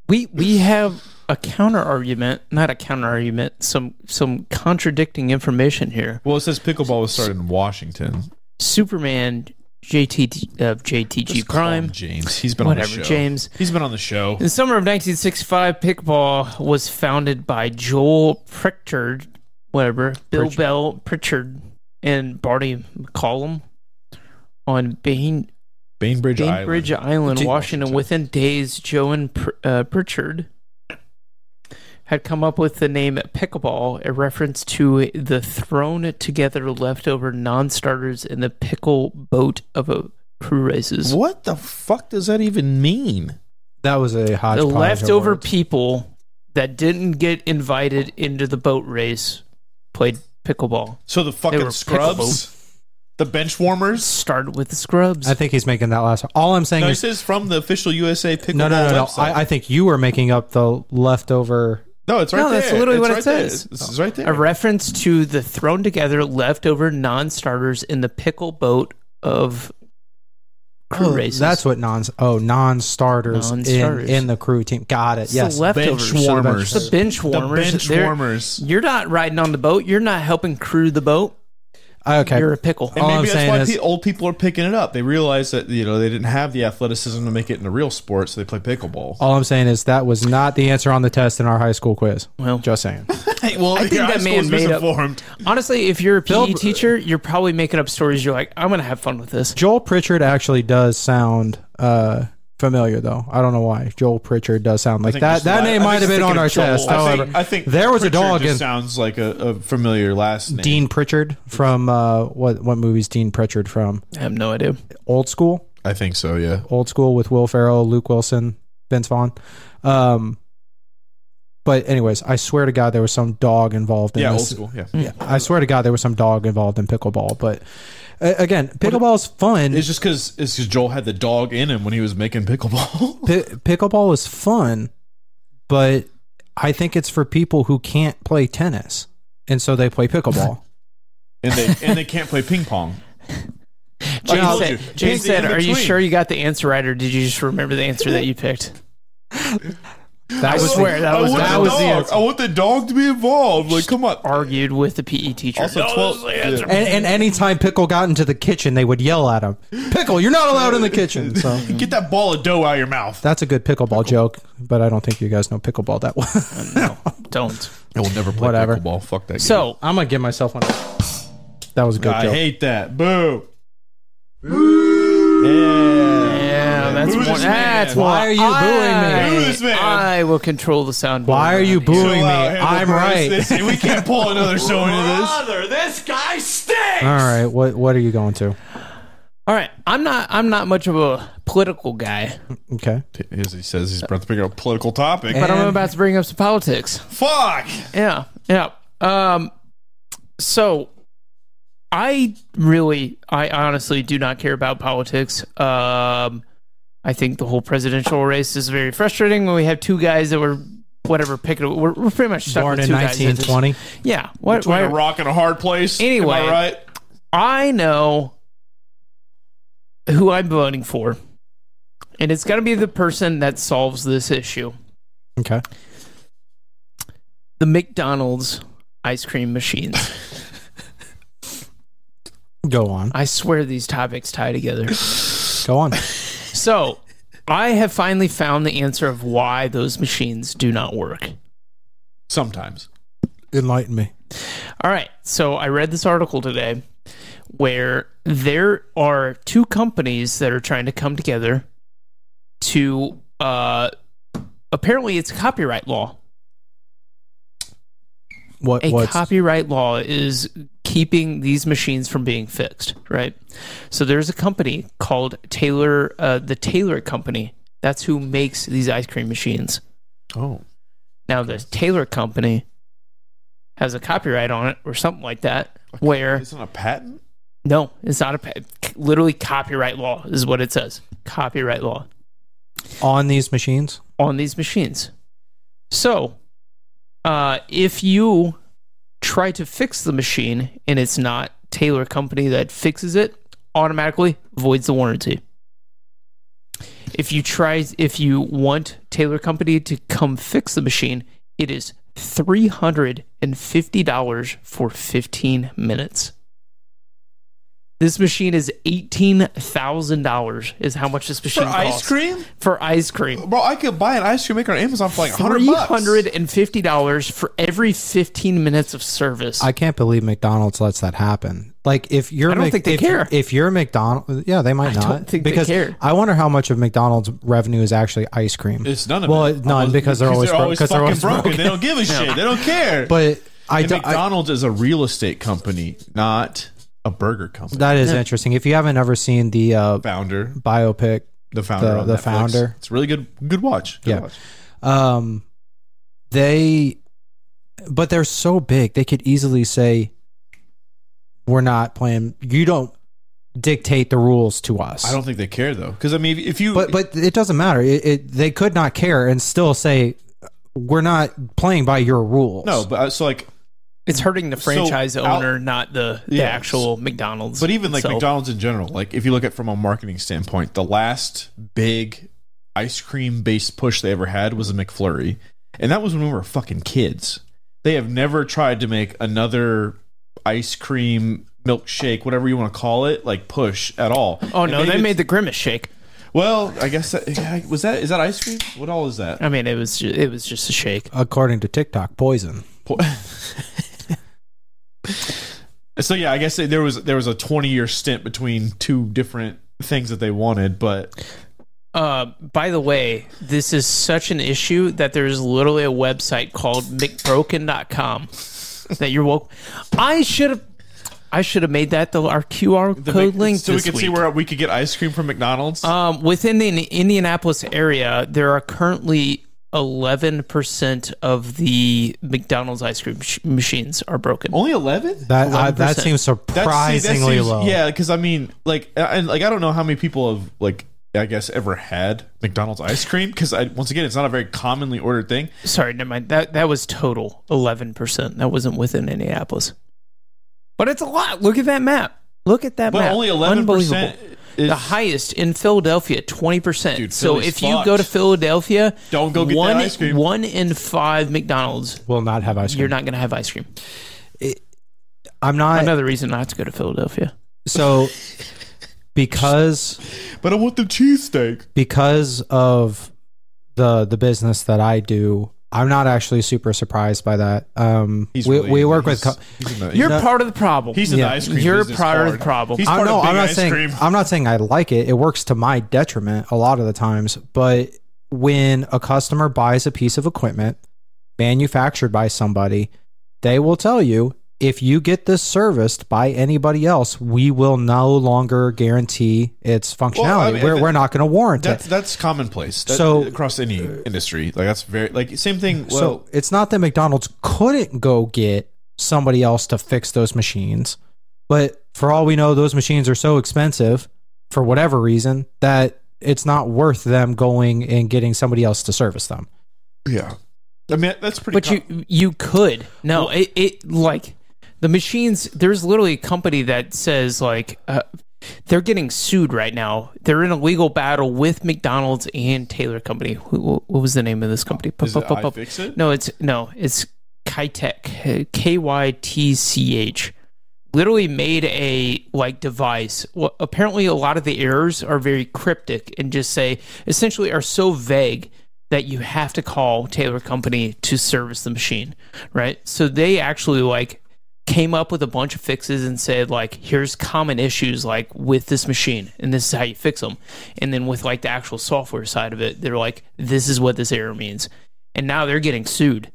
B: we we have a counter argument, not a counter argument, some some contradicting information here.
C: Well, it says pickleball was started in Washington.
B: Superman, JT uh, JTG
C: Just call him
B: Prime,
C: James. He's been on
B: whatever,
C: the show.
B: James.
C: He's been on the show.
B: In the summer of 1965, Pickball was founded by Joel Pritchard, whatever, Bill Bell Pritchard, and Barty McCollum on Bain,
C: Bainbridge,
B: Bainbridge
C: Island.
B: Island, Washington. Within days, Joe and Pr- uh, Pritchard had come up with the name Pickleball, a reference to the thrown together leftover non starters in the pickle boat of a crew races.
C: What the fuck does that even mean?
D: That was a
B: the
D: hodgepodge. of
B: leftover
D: words.
B: people that didn't get invited into the boat race played pickleball.
C: So the fucking
B: were
C: scrubs, the bench warmers.
B: Started with the scrubs.
D: I think he's making that last. All I'm saying
C: No, it
D: is
C: says from the official USA pickleball
D: No, no, no, no.
C: website.
D: I, I think you were making up the leftover.
C: no, it's right
B: No,
C: there.
B: that's literally
C: It's
B: what it
C: right there.
B: says.
C: It's- It's right there.
B: a reference to the thrown together leftover non starters in the pickle boat of crew
D: Oh,
B: races.
D: That's what non oh non-starters,
B: Non-starters.
D: In, in the crew team. Got it.
B: It's
D: yes.
B: the leftovers.
C: Bench warmers.
B: The bench
C: The
B: warmers.
C: bench
B: They're-
C: warmers.
B: You're not riding on the boat. You're not helping crew the boat.
D: okay.
B: You're a pickle.
D: All
C: Maybe
D: I'm
C: that's
D: saying
C: why
D: is-
C: pe- old people are picking it up. They realize that you know they didn't have the athleticism to make it in the real sport, so they play pickleball.
D: All I'm saying is that was not the answer on the test in our high school quiz.
B: Well.
D: just saying.
C: Hey, well, I
B: think that man made up- Honestly, if you're a PE teacher, you're probably making up stories. You're like, I'm gonna have fun with this.
D: Joel Pritchard actually does sound uh, familiar, though. I don't know why. Joel Pritchard does sound like
C: think
D: that.
C: just
D: That
C: li-
D: name
C: I'm
D: might
C: just
D: have been
B: thinking
D: on
B: of
D: our
B: Joel.
D: test.
B: I
C: I
D: However,
C: think, I think
D: there was a
C: Pritchard
D: dog
C: just
D: in
C: sounds like a, a familiar last name.
D: Dean Pritchard from uh, what? What movie's Dean Pritchard from?
B: I have no idea.
D: Old School.
C: I think so. Yeah.
D: old school with Will Ferrell, Luke Wilson, Vince Vaughn. Um, but anyways, I swear to God, there was some dog involved in
C: Yeah. Old
D: this.
C: school. Yeah.
D: Yeah, I swear to God, there was some dog involved in pickleball. But uh, again, pickleball is fun.
C: It's just because it's because Joel had the dog in him when he was making pickleball.
D: Pi pickleball is fun, but I think it's for people who can't play tennis, and so they play pickleball.
C: and they and they can't play ping pong.
B: Jane
C: told you.
B: said,
C: He's
B: Jane
C: the
B: said "Are you
C: in-between."
B: sure you got the answer right, or did you just remember the answer that you picked?"
D: That
B: I
D: was
B: swear that was
C: want
B: that
C: the
B: was
C: dog.
B: the answer.
C: I want the dog to be involved. Like, come on.
B: Argued with the PE teacher.
C: Also,
B: No, this
C: twelve-
B: is the answer.
D: And, and anytime Pickle got into the kitchen, they would yell at him, "Pickle, you're not allowed in the kitchen." So
C: Get that ball of dough out of your mouth.
D: That's a good pickleball joke, but I don't think you guys know pickleball that well.
B: Don't.
C: I will never play
D: Whatever.
C: pickleball. Fuck that.
B: So
D: I'm gonna give myself one. That was a good
C: I
D: joke.
C: hate that. Boo. Yeah.
B: yeah, that's
C: Boo
B: one.
C: this man.
B: That's one.
D: Why are you
B: I,
C: me?
D: booing
C: Boo this man.
B: I will control the sound.
D: Why are you
C: Chill
D: booing me?
C: out, Hannibal
D: I'm
C: Buress.
D: right.
C: This- we can't pull another show into this.
A: Brother, this guy stinks!
D: All right, what what are you going to?
B: All right, I'm not. I'm not much of a political guy,
D: Okay,
C: As he says, he's about to pick up a political topic.
B: but I'm
D: And-
B: about to bring up some politics.
C: Fuck.
B: Yeah, yeah. Um, so I really, I honestly do not care about politics. Um, I think the whole presidential race is very frustrating when we have two guys that were whatever picking. We're, we're pretty much stuck
D: born
B: with
D: in
B: two guys that just-
D: 1920.
B: Yeah. What?
C: Between a
B: Why,
C: rock and a hard place.
B: Anyway.
C: Am I right?
B: I know who I'm voting for, and it's going to be the person that solves this issue.
D: Okay,
B: The McDonald's ice cream machines.
D: go on,
B: I swear these topics tie together.
D: go on.
B: So, I have finally found the answer of why those machines do not work.
C: Sometimes.
D: Enlighten me.
B: All right. So, I read this article today where there are two companies that are trying to come together to uh apparently it's copyright law.
D: What
B: A
D: what's
B: copyright law is keeping these machines from being fixed, right? So there's a company called Taylor uh, the Taylor company. That's who makes these ice cream machines.
C: Oh.
B: Now the Taylor company has a copyright on it or something like that. Where
C: Isn't a patent?
B: no, it's not a pa- literally copyright law is what it says. Copyright law
D: on these machines?
B: on these machines. So, uh, if you try to fix the machine and it's not Taylor company that fixes it, automatically voids the warranty. If you try, if you want Taylor company to come fix the machine, it is three hundred and fifty dollars for fifteen minutes. This machine is eighteen thousand dollars. Is how much this machine
C: For ice
B: costs.
C: cream?
B: For ice cream.
C: Bro, I could buy an ice cream maker on Amazon for like 100
B: Three
C: bucks.
B: hundred and fifty dollars for every fifteen minutes of service.
D: I can't believe McDonald's lets that happen. Like if you're
B: I don't
D: Mc-
B: think they
D: if,
B: care.
D: If you're McDonald's, yeah, they might
B: don't
D: not
B: think they
D: because
B: care.
D: I wonder how much of McDonald's revenue is actually ice cream.
C: It's none of
D: well,
C: it.
D: it- none because they're always broke. Because they're
C: fucking
D: always
C: broken.
D: broken.
C: They don't give a shit. They don't care.
D: But I
C: And
D: don't. I-
C: McDonald's is a real estate company, not a burger company.
D: That is interesting. If you haven't ever seen the uh,
C: founder,
D: biopic,
C: the founder,
D: The-
C: on
D: the
C: Netflix.
D: founder.
C: It's really good. Good watch. Good
D: Yeah.
C: watch.
D: um, they, but they're so big, they could easily say, "We're not playing. You don't dictate the rules to us."
C: I don't think they care though, because I mean, if you
D: But but it doesn't matter. It, it they could not care and still say, "We're not playing by your rules."
C: no, but uh, so like,
B: It's hurting the franchise
C: out-
B: owner, not the, the
C: Yeah.
B: actual McDonald's.
C: But even like
B: itself.
C: McDonald's in general, like if you look at from a marketing standpoint, the last big ice cream based push they ever had was a McFlurry, and that was when we were fucking kids. They have never tried to make another ice cream milkshake, whatever you want to call it, like push at all.
B: Oh no, they made
C: the
B: the grimace shake.
C: well. I guess that, yeah, was that is that ice cream? What all is that?
B: I mean, it was just, it was just a shake.
D: According to TikTok, poison.
C: Po- so yeah, I guess there was there was a twenty year stint between two different things that they wanted, but
B: Uh, by the way, this is such an issue that there's literally a website called McBroken.com that you're woke. I should have, I should have made that the our QR
C: the
B: code
C: Mc-
B: link
C: so we
B: this
C: could see
B: week.
C: where we could get ice cream from McDonald's.
B: Um, within the Indianapolis area, there are currently 11% of the McDonald's ice cream sh- machines are broken.
C: Only eleven.
D: That I, that
B: 11%.
D: seems surprisingly low.
C: Yeah, because I mean, like, I- and like I don't know how many people have like. I guess ever had McDonald's ice cream because I once again it's not a very commonly ordered thing.
B: Sorry, never mind. That that was total 11%. That wasn't within Indianapolis. But it's a lot. Look at that map. Look at that
C: But
B: map.
C: only eleven percent.
B: Unbelievable. the highest in Philadelphia, twenty percent.
C: Dude,
B: So
C: Philly's
B: if you go to
C: fucked.
B: Philadelphia,
C: Don't go get that
B: one,
C: ice cream.
B: One in five McDonald's,
D: Will not have ice cream.
B: you're not going to have ice cream.
D: I'm not.
B: Another reason not to go to Philadelphia.
D: so because
C: But I want the cheesesteak.
D: because of the the business that I do, I'm not actually super surprised by that. Um,
C: He's
D: we,
C: really-
D: we work with.
C: he's-
D: Co-
C: he's in the-
B: You're part of the problem.
C: He's in
D: Yeah.
C: the ice cream.
B: You're
C: business
B: part of the
C: hard.
B: problem.
C: He's
D: I
C: part
D: don't know.
C: of big
D: I'm not
C: ice
D: saying
C: cream.
D: I'm not saying I like it. It works to my detriment a lot of the times. But when a customer buys a piece of equipment manufactured by somebody, they will tell you if you get this serviced by anybody else, we will no longer guarantee its functionality.
C: mean,
D: we're,
C: if it-
D: we're not going to warrant
C: That's
D: it.
C: that's commonplace. That-
D: So- uh,
C: across any industry, like that's very like same thing. Well,
D: so it's not that McDonald's couldn't go get somebody else to fix those machines, but for all we know, those machines are so expensive for whatever reason that it's not worth them going and getting somebody else to service them.
C: yeah, I mean that's pretty.
B: but you you could no it, it like the machines there's literally a company that says like uh, they're getting sued right now they're in a legal battle with mcdonald's and taylor company Who- wh- what was the name of this company Pup,
C: Is it
B: pup, pup, pup.
C: iFixit?
B: no it's no it's kitech k-y-t-c-h literally made a like device well, apparently a lot of the errors are very cryptic and just say essentially are so vague that you have to call Taylor Company to service the machine, right? So they actually like came up with a bunch of fixes and said like here's common issues like with this machine and this is how you fix them. And then with like the actual software side of it, they're like this is what this error means. And now they're getting sued.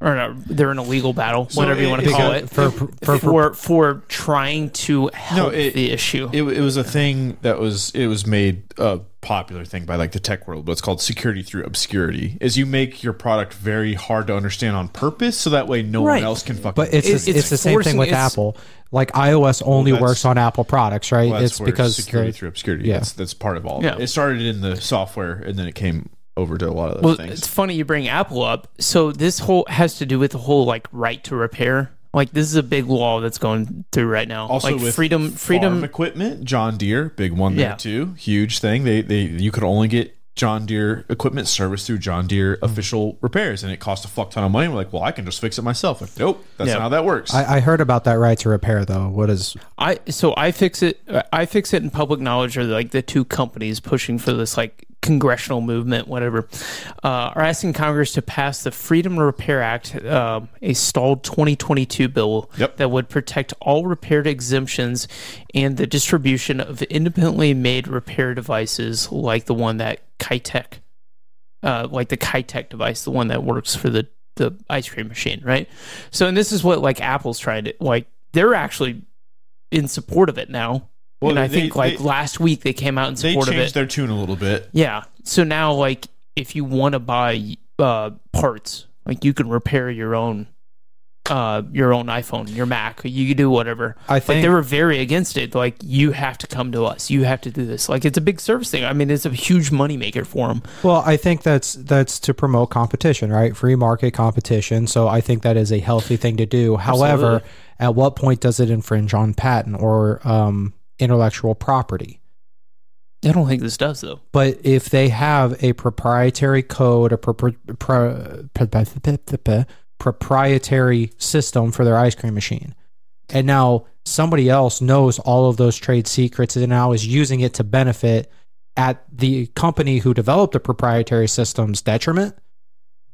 B: Or no, they're in a legal battle, whatever you
C: it-
B: want to
C: it-
B: call it,
D: for- for-
B: for, for trying to help
C: it-
B: the issue.
C: it, it was a thing that was it was made a popular thing by like the tech world but it's called security through obscurity is you make your product very hard to understand on purpose so that way no
B: Right.
C: one else can fucking
D: But it's
B: It's-
D: it's,
B: it's
D: the same thing
B: forcing-
D: with
B: it's-
D: Apple. Like iOS only
C: that's-
D: works on Apple products, right?
C: Well, that's
D: it's
C: where
D: because
C: security through obscurity
D: Yeah.
C: that's that's part of all of
B: Yeah.
C: it. it started in the software and then it came over to a lot of those
B: Well,
C: things
B: it's funny you bring Apple up. So this whole has to do with the whole like right to repair. Like this is a big law that's going through right now.
C: also
B: like
C: with
B: freedom, freedom.
C: farm equipment john deere big one
B: Yeah.
C: there too huge thing they they you could only get john deere equipment service through john deere
B: Mm-hmm.
C: official repairs and it cost a fuck ton of money we're like well i can just fix it myself like nope that's
B: Yeah.
C: not how that works
D: I, I heard about that right to repair though. What is
B: I so I fix it. I fix it in public knowledge are like the two companies pushing for this like congressional movement, whatever, uh, are asking Congress to pass the Freedom to Repair Act, um, a stalled 2022 bill
C: Yep.
B: that would protect all repaired exemptions and the distribution of independently made repair devices like the one that Kitech uh, like the Kitech device, the one that works for the the ice cream machine, right? So, and this is what like Apple's trying to like. They're actually in support of it now,
C: Well,
B: and I
C: they-
B: think like
C: they-
B: last week they came out in
C: they
B: support
C: changed
B: of it.
C: their tune a little bit.
B: yeah. So now, like, if you want to buy uh, parts, like you can repair your own uh, your own iPhone, your Mac, you can do whatever.
D: I
B: like
D: think-
B: they were very against it. Like you have to come to us, you have to do this. Like it's a big service thing. I mean, it's a huge moneymaker for them.
D: Well, I think that's that's to promote competition, right? Free market competition. So I think that is a healthy thing to do. However,
B: Absolutely.
D: at what point does it infringe on patent or um, intellectual property?
B: I don't think this does though.
D: But if they have a proprietary code, a pro- pro- pro- pro- pro- pro- pro- proprietary system for their ice cream machine, and now somebody else knows all of those trade secrets and now is using it to benefit at the company who developed the proprietary system's detriment,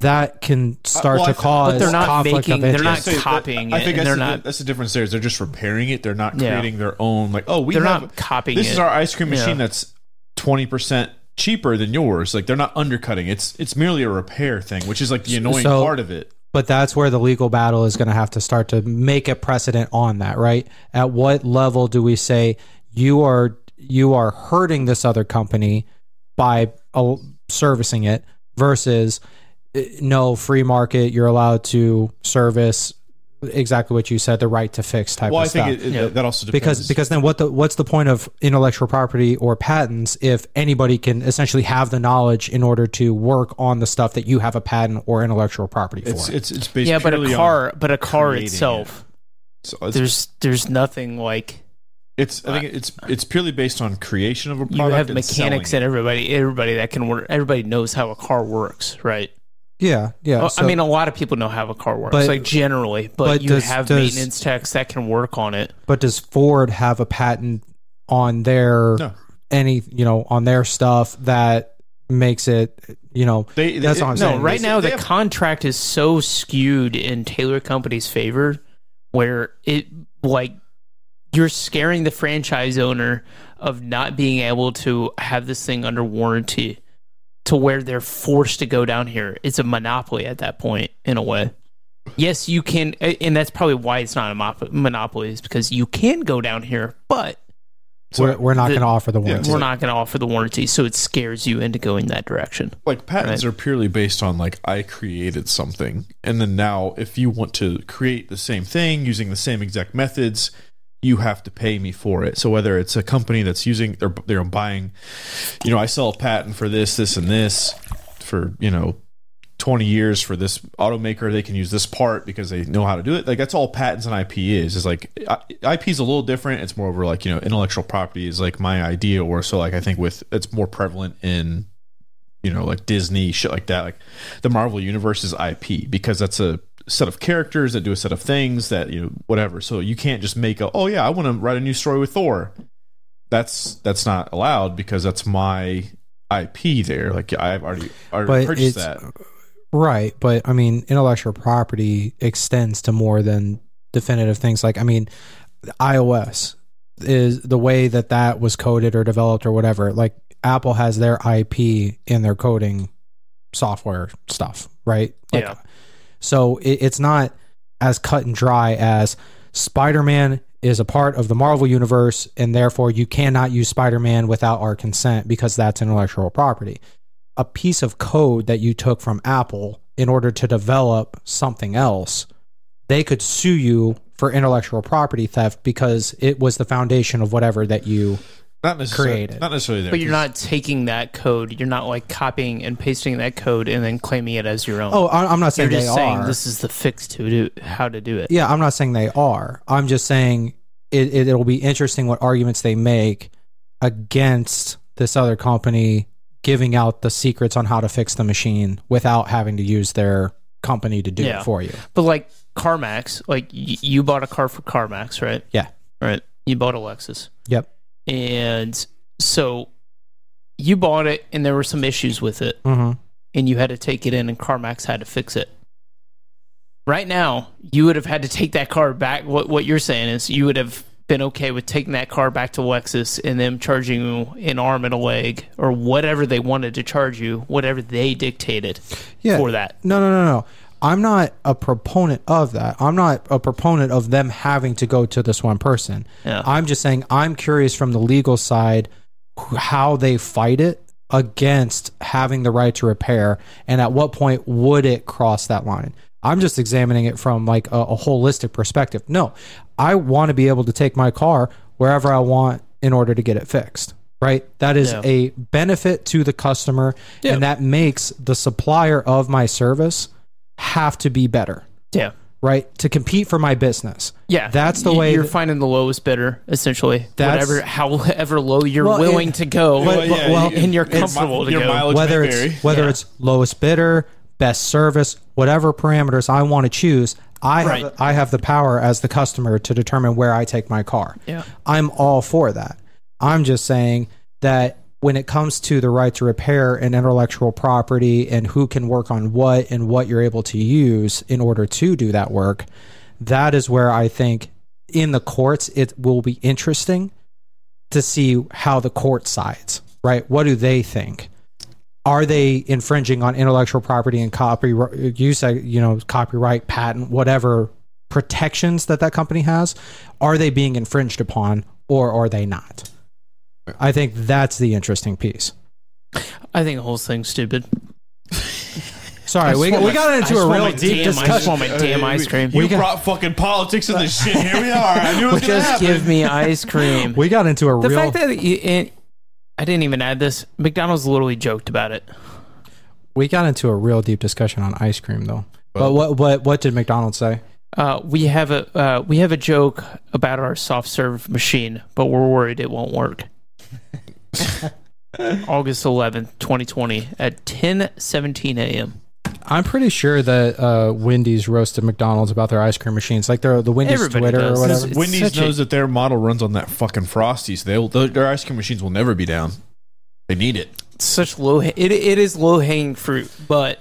D: that can
B: Uh,
D: start
C: well, I
D: to
C: think-
D: cause
B: But they're not
D: conflict
B: making-
D: of
B: they're
D: interest.
B: not
C: Say that-
B: copying
C: I
B: it, and
C: think that's,
B: they're
C: the,
B: not-
C: that's the difference. There is they're just repairing it. They're not
B: Yeah.
C: creating their own. Like oh, we
B: They're
C: have,
B: not copying
C: This is
B: it.
C: our ice cream machine
B: Yeah.
C: that's twenty percent cheaper than yours. Like they're not undercutting. It's it's merely a repair thing, which is like the annoying
D: so-
C: part of it.
D: But that's where the legal battle is going to have to start to make a precedent on that, right? At what level do we say you are you are hurting this other company by uh, servicing it versus uh, no free market? You're allowed to service exactly what you said, the right to fix type
C: Well, I
D: of
C: think
D: stuff.
C: it, it- that also depends
D: because because then what the what's the point of intellectual property or patents if anybody can essentially have the knowledge in order to work on the stuff that you have a patent or intellectual property for?
C: it's it's it's based
B: Yeah, but a
C: purely on-
B: car, but a car
C: creating
B: itself,
C: so it's,
B: there's there's nothing like
C: it's I think it's it's purely based on creation of a
B: you
C: product.
B: have
C: and
B: mechanics and
C: selling
B: everybody everybody that can work. Everybody knows how a car works, right?
D: Yeah, yeah.
B: Well,
D: so-
B: I mean, a lot of people know how a car works,
D: But-
B: like generally, but,
D: but
B: you
D: does-
B: have
D: does-
B: maintenance techs that can work on it.
D: but does Ford have a patent on their
C: No.
D: any you know on their stuff that makes it you know
C: They-
D: that's
C: they-
D: what I'm
C: no,
B: No,
D: saying.
B: right now
C: they
B: the
C: have-
B: contract is so skewed in Taylor Company's favor, where it like you're scaring the franchise owner of not being able to have this thing under warranty, to where they're forced to go down here. It's a monopoly at that point, in a way. Yes, you can, a- and that's probably why it's not a mop- monopoly, is because you can go down here, but
D: we're, we're not
B: the-
D: going to offer the warranty.
B: we're not going to offer the warranty, so it scares you into going that direction.
C: like patents are purely based on like I created something, and then now if you want to create the same thing using the same exact methods, you have to pay me for it. So whether it's a company that's using they're they're buying, you know, I sell a patent for this, this, and this for you know. 20 years for this automaker they can use this part because they know how to do it like that's all patents and ip is is like I- ip is a little different it's more over like you know intellectual property is like my idea or so like i think with it's more prevalent in you know, like Disney, shit like that. Like the Marvel Universe is IP because that's a set of characters that do a set of things that, you know, whatever. So you can't just make a, oh yeah, I want to write a new story with Thor. That's that's not allowed because that's my IP there. Like I've already, already
D: But
C: purchased
D: it's-
C: that.
D: Right, but I mean, intellectual property extends to more than definitive things. Like, I mean, iOS is the way that that was coded or developed or whatever. Like, Apple has their IP in their coding software stuff, right? Like,
B: Yeah.
D: So it, it's not as cut and dry as Spider Man is a part of the Marvel universe, and therefore you cannot use Spider Man without our consent because that's intellectual property a piece of code that you took from Apple in order to develop something else, they could sue you for intellectual property theft because it was the foundation of whatever that you.
C: Not necessarily,
D: created.
C: not necessarily there.
B: But you're
C: 'cause-
B: not taking that code. You're not like copying and pasting that code and then claiming it as your own.
D: Oh, I- I'm not
B: you're
D: saying they
B: just saying
D: are.
B: this is the fix to do how to do it.
D: yeah, I'm not saying they are. I'm just saying it, it, it'll be interesting what arguments they make against this other company giving out the secrets on how to fix the machine without having to use their company to do
B: Yeah.
D: it for you.
B: But like CarMax, like y- you bought a car for CarMax, right?
D: Yeah.
B: Right. You bought a Lexus,
D: Yep.
B: and so you bought it, and there were some issues with it,
D: Mm-hmm.
B: and you had to take it in, and CarMax had to fix it. Right now, you would have had to take that car back. What what you're saying is you would have been okay with taking that car back to Lexus and them charging you an arm and a leg or whatever they wanted to charge you, whatever they dictated
D: Yeah.
B: for that.
D: No, no, no, no. I'm not a proponent of that. I'm not a proponent of them having to go to this one person.
B: Yeah.
D: I'm just saying I'm curious from the legal side wh- how they fight it against having the right to repair and at what point would it cross that line. I'm just examining it from like a, a holistic perspective. No, I want to be able to take my car wherever I want in order to get it fixed. Right? That is
B: Yeah.
D: a benefit to the customer,
B: Yeah.
D: and that makes the supplier of my service have to be better.
B: Yeah.
D: Right? To compete for my business.
B: Yeah,
D: That's the
B: Y-
D: way
B: you're
D: that-
B: finding the lowest bidder, essentially.
D: That's-
B: whatever, however low you're
D: Well,
B: willing
D: and-
B: to go,
D: Well, yeah, well,
B: and you're
C: it's-
B: comfortable to
C: your
B: go.
C: mileage
D: whether
C: may
D: it's
C: vary.
D: whether
B: Yeah.
D: it's lowest bidder, best service, whatever parameters I want to choose, I have
B: Right.
D: I have the power as the customer to determine where I take my car.
B: Yeah.
D: I'm all for that. I'm just saying that when it comes to the right to repair and intellectual property and who can work on what and what you're able to use in order to do that work, that is where I think in the courts it will be interesting to see how the court sides, right? What do they think? Are they infringing on intellectual property and copyright? You say, you know, copyright, patent, whatever protections that that company has. Are they being infringed upon, or are they not? I think that's the interesting piece.
B: I think the whole thing's stupid.
D: Sorry, we, we got
B: I
D: into
B: just
D: a
B: want
D: real
B: my damn
D: deep
B: ice- I just
D: discussion.
B: want my damn ice cream.
C: You
D: We got-
C: brought fucking politics in this shit. Here we are. I knew it was gonna
B: Just
C: happen.
B: give me ice cream.
D: We got into a
B: the
D: real.
B: fact that you, and I didn't even add this. McDonald's literally joked about it.
D: we got into a real deep discussion on ice cream, though. But what what what did McDonald's say?
B: Uh, we have a uh, we have a joke about our soft serve machine, but we're worried it won't work. August eleventh, twenty twenty, at ten seventeen a.m.
D: I'm pretty sure that uh, Wendy's roasted McDonald's about their ice cream machines, like their the Wendy's
B: Everybody
D: Twitter
B: does.
D: or whatever.
B: It's
C: Wendy's
B: such a-
C: knows that their model runs on that fucking Frosty, so they'll, their- their ice cream machines will never be down. They need it.
B: such low. It it is low hanging fruit, but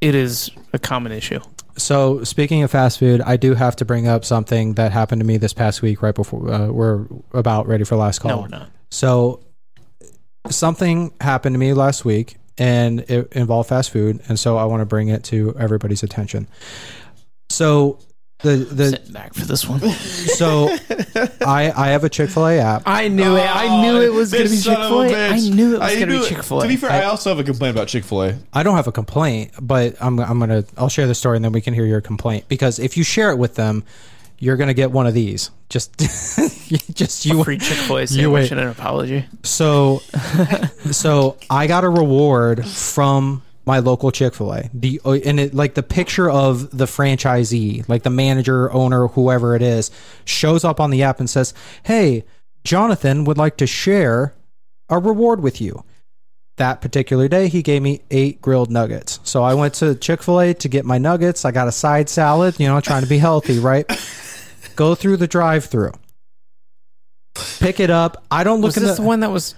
B: it is a common issue.
D: So speaking of fast food, I do have to bring up something that happened to me this past week, right before uh, we're about ready for last call.
B: No, we're not.
D: So something happened to me last week, and it involved fast food, and so I want to bring it to everybody's attention. So the the
B: Sitting back for this one.
D: so I I have a Chick Fil A app.
B: I knew it. I knew it was going to be Chick Fil A. I knew it was going to be Chick Fil
C: To be
B: A.
C: fair, I, also have a complaint about Chick Fil A.
D: I don't have a complaint, but I'm I'm gonna I'll share the story and then we can hear your complaint because if you share it with them, you're gonna get one of these. Just just you
B: Free Chick Fil A
D: wait.
B: sandwich and an apology.
D: So, so I got a reward from my local Chick Fil A. The uh, and it like the picture of the franchisee, like the manager, owner, whoever it is, shows up on the app and says, "Hey, Jonathan would like to share a reward with you." That particular day, he gave me eight grilled nuggets. So I went to Chick Fil A to get my nuggets. I got a side salad, you know, trying to be healthy, right? Go through the drive-through. Pick it up. I don't look
B: Was
D: in
B: this the one that was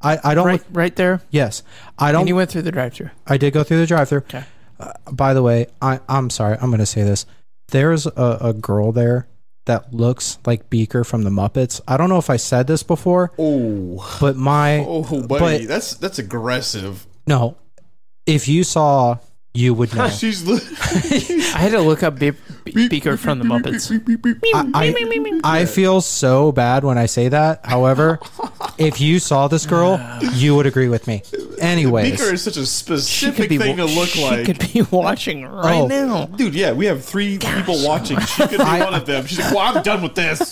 D: I, I don't.
B: right right there?
D: Yes, I
B: And
D: don't.
B: you went through the drive-through.
D: I did go through the drive-through.
B: Okay.
D: Uh, by the way, I I'm sorry. I'm gonna say this. There's a, a girl there that looks like Beaker from the Muppets. I don't know if I said this before,
C: Oh,
D: but my
C: oh,
D: buddy, But-
C: that's that's aggressive.
D: no. If you saw, you would know.
C: She's
B: I had to look up Be- Be- Beaker from the Muppets.
D: I, I, I feel so bad when I say that. However, if you saw this girl, you would agree with me. Anyways,
C: Beaker is such a
B: She could
C: specific
B: be
C: thing to
B: wa-
C: look
B: she
C: like.
B: could be watching right
D: Oh.
B: now.
C: Dude, yeah, we have three people watching. She could be one of them. She's like, "Well, I'm done with this."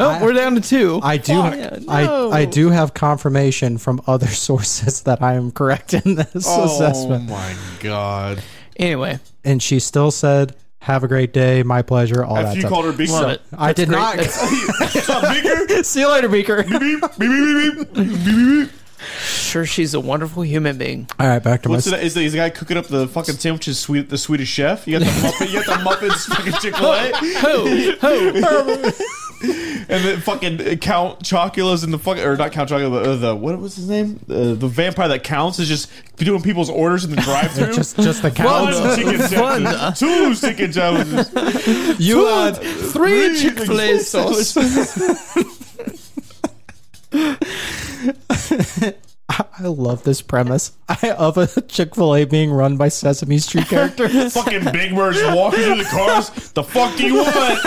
B: Oh, we're down to two.
D: I do,
B: Fuck. No.
D: I, I do have confirmation from other sources that I am correct in this
C: oh
D: assessment.
C: my god!
B: Anyway,
D: And she still said, "Have a great day, my pleasure." All that
C: If you
D: stuff.
C: called her Beaker,
B: love it.
D: I did
B: great.
D: not.
C: Beaker,
D: See you later, Beaker.
C: beep, beep, beep, beep, beep, beep, beep.
B: Sure, she's a wonderful human being.
D: All right, back to my.
C: What's the, is, the, is the guy cooking up the fucking sandwiches? Sweet, the Swedish chef. You got the Muppet, you got the Muppets fucking Chick Fil A,
B: Ho, ho.
C: and then fucking uh, Count Chocula's in the fucking or not Count Chocula, the, uh, the what was his name? Uh, the vampire that counts is just doing people's orders in the drive-through.
D: Just, just the
C: One
D: cows.
C: chicken sandwiches, two chicken sandwiches.
D: you had
B: Three Chick-fil-A sauce.
D: I love this premise I, of a Chick Fil A being run by Sesame Street characters.
C: fucking Big Bird's walking through the cars. The fuck do you want?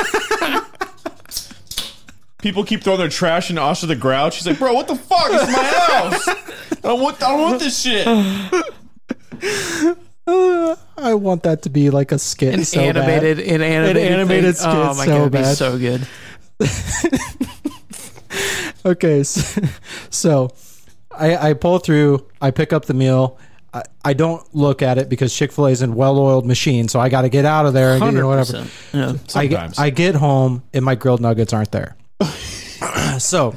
C: People keep throwing their trash in Oscar the Grouch. She's like, bro, what the fuck? It's my house. I don't want, I don't want this shit.
D: Uh, I want that to be like a skit.
B: An
D: so bad.
B: animated, an animated, thing.
D: animated skit
B: Oh my
D: so
B: god, it'd be
D: bad.
B: so good.
D: Okay, so, so I, I pull through. I pick up the meal. I, I don't look at it because Chick Fil A is a well-oiled machine, so I got to get out of there and get, you know, whatever.
B: 100%. Yeah.
D: I get-
C: Sometimes.
D: I get home and my grilled nuggets aren't there. so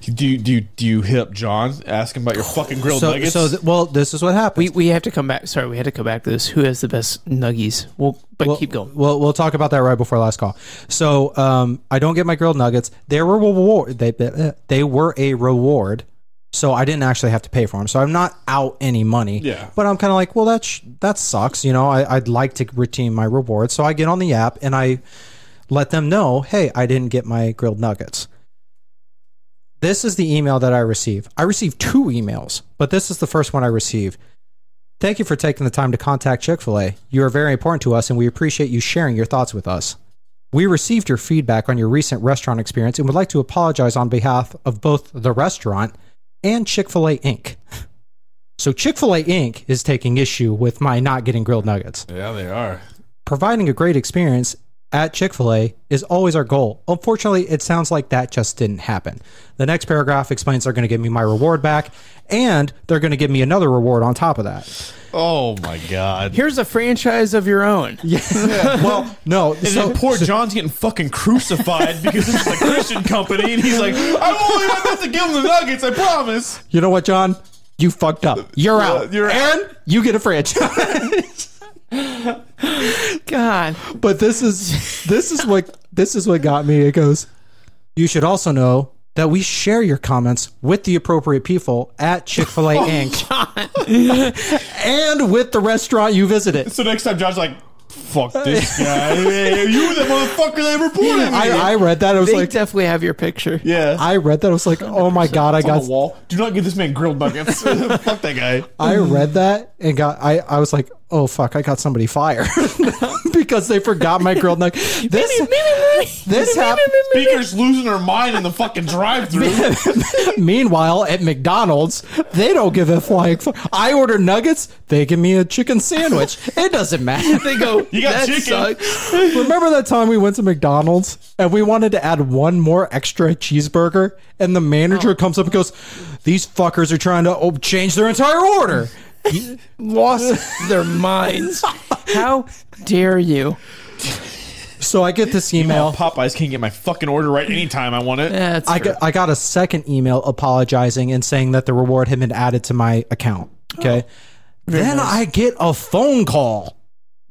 C: Do you, do you, do you hit up John? Ask him about your fucking grilled
D: so,
C: nuggets.
D: so th- well, this is what happened.
B: We we have to come back. Sorry, we had to come back to this. Who has the best nuggies? Well, but keep going.
D: We'll we'll talk about that right before last call. So um, I don't get my grilled nuggets. They were reward. They they were a reward. So I didn't actually have to pay for them. So I'm not out any money.
C: Yeah.
D: But I'm kind of like, well, that sh- that sucks. You know, I, I'd like to retain my reward. So I get on the app and I let them know, hey, I didn't get my grilled nuggets. This is the email that I receive. I receive two emails, but this is the first one I receive. Thank you for taking the time to contact Chick fil A. You are very important to us, and we appreciate you sharing your thoughts with us. We received your feedback on your recent restaurant experience and would like to apologize on behalf of both the restaurant and Chick fil A Inc. So, Chick fil A Inc. is taking issue with my not getting grilled nuggets
C: yeah, they are.
D: providing a great experience at Chick fil A is always our goal. Unfortunately, it sounds like that just didn't happen. The next paragraph explains they're going to give me my reward back and they're going to give me another reward on top of that.
C: Oh my god.
B: Here's a franchise of your own.
D: Well, no.
C: And
D: so-
C: then poor John's getting fucking crucified because this is a Christian company, and he's like, "I'm only meant to give him the nuggets. I promise."
D: you know what, John? You fucked up. You're out.
C: you're out.
D: and you get a franchise.
B: God,
D: but this is this is what this is what got me. It goes. You should also know that we share your comments with the appropriate people at Chick Fil
C: Oh
D: A Inc. and with the restaurant you visited.
C: So next time, John's like, "Fuck this guy. Hey, you were the motherfucker that reported me."
D: I, I read that. I was
B: they
D: like,
B: definitely have your picture.
C: yeah.
D: I read that. I was like, oh my god, I
C: on
D: got.
C: the wall. Do not give this man grilled nuggets. Fuck that guy.
D: I read that and got. I I was like, oh fuck, I got somebody fired because they forgot my grilled nugget. This this happened.
C: Speaker's losing her mind in the fucking drive-through.
D: Meanwhile, at McDonald's, they don't give a flying. Fuck. I order nuggets. They give me a chicken sandwich. It doesn't matter.
B: They go.
C: You
B: that
C: got chicken."
B: sucks."
D: Remember that time we went to McDonald's and we wanted to add one more extra cheeseburger, and the manager comes up and goes, "These fuckers are trying to oh, change their entire order."
B: Lost their minds. How dare you?
D: So I get this email.
C: Popeyes can't get my fucking order right anytime I want it.
B: That's
D: I got, I got a second email apologizing and saying that the reward had been added to my account. Okay. then I get a phone call.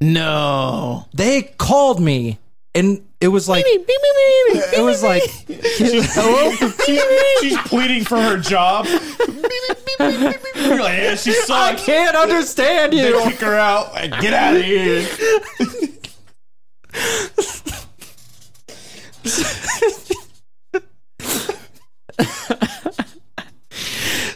B: no.
D: They called me and it was like, it was like,
C: She's, she's pleading for her job. You're like, yeah, she
D: I
C: sucks.
D: can't understand
C: They
D: you.
C: kick her out. Like, get out of here.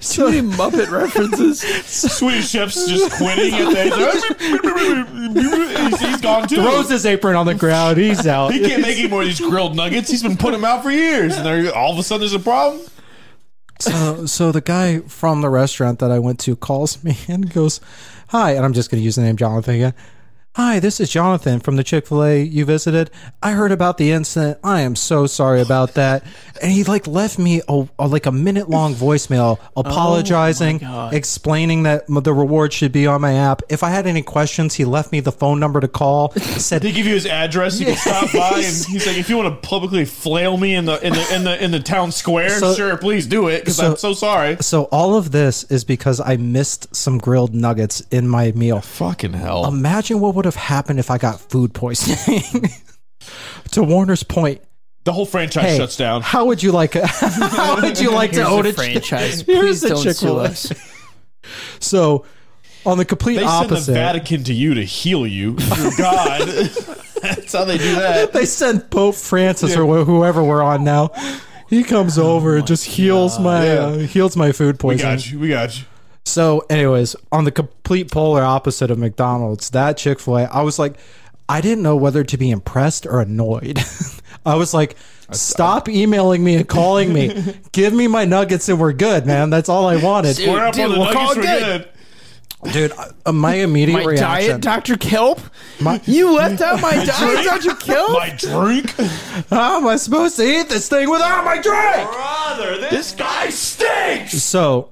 B: Too many Muppet references.
C: Swedish chef's just quitting. At the, he's, he's gone too.
D: Throws his apron on the ground. He's out.
C: he can't make any more of these grilled nuggets. He's been putting them out for years, and there, all of a sudden there's a problem.
D: So, so the guy from the restaurant that I went to calls me and goes, "Hi," and I'm just going to use the name Jonathan again. Hi, this is Jonathan from the Chick Fil A you visited. I heard about the incident. I am so sorry about that. And he like left me a, a- like a minute long voicemail apologizing, explaining that m- the reward should be on my app. If I had any questions, he left me the phone number to call. Said
C: They give you his address. You can stop by, and he's like, "If you want to publicly flail me in the in the in the in the town square,
D: So-
C: sure, please do it because
D: so-
C: I'm so sorry."
D: so all of this is because I missed some grilled nuggets in my meal.
C: Fucking hell.
D: Imagine what would have happened if I got food poisoning. to Warner's point,
C: the whole franchise
D: hey,
C: shuts down.
D: How would you like? How would you like to
B: Here's
D: own
B: a
D: a
B: franchise. Please
D: Here's the
B: don't sue
D: Chick-fil-A.
B: us.
D: So, on the complete
C: They
D: opposite,
C: send the Vatican to you to heal you through God. That's how they do that.
D: they send Pope Francis or wh- whoever we're on now. He comes over and just heals my uh, heals my food
C: We
D: poisoning.
C: got you. We got you.
D: So, anyways, on the complete polar opposite of McDonald's, that Chick fil A, I was like, I didn't know whether to be impressed or annoyed. I was like, stop emailing me and calling me. Give me my nuggets and we're good, man. That's all I wanted.
B: Dude,
C: We're up
B: dude,
C: on the
B: we'll call
C: nuggets.
B: it
C: We're
B: good.
C: good.
D: Dude, uh, my immediate
B: My diet,
D: reaction.
B: Dr. Kelp?
D: My-
B: you left out my diet, Dr. Kelp?
C: My drink,
D: How am I supposed to eat this thing without my drink?
C: brother. This guy stinks.
D: So,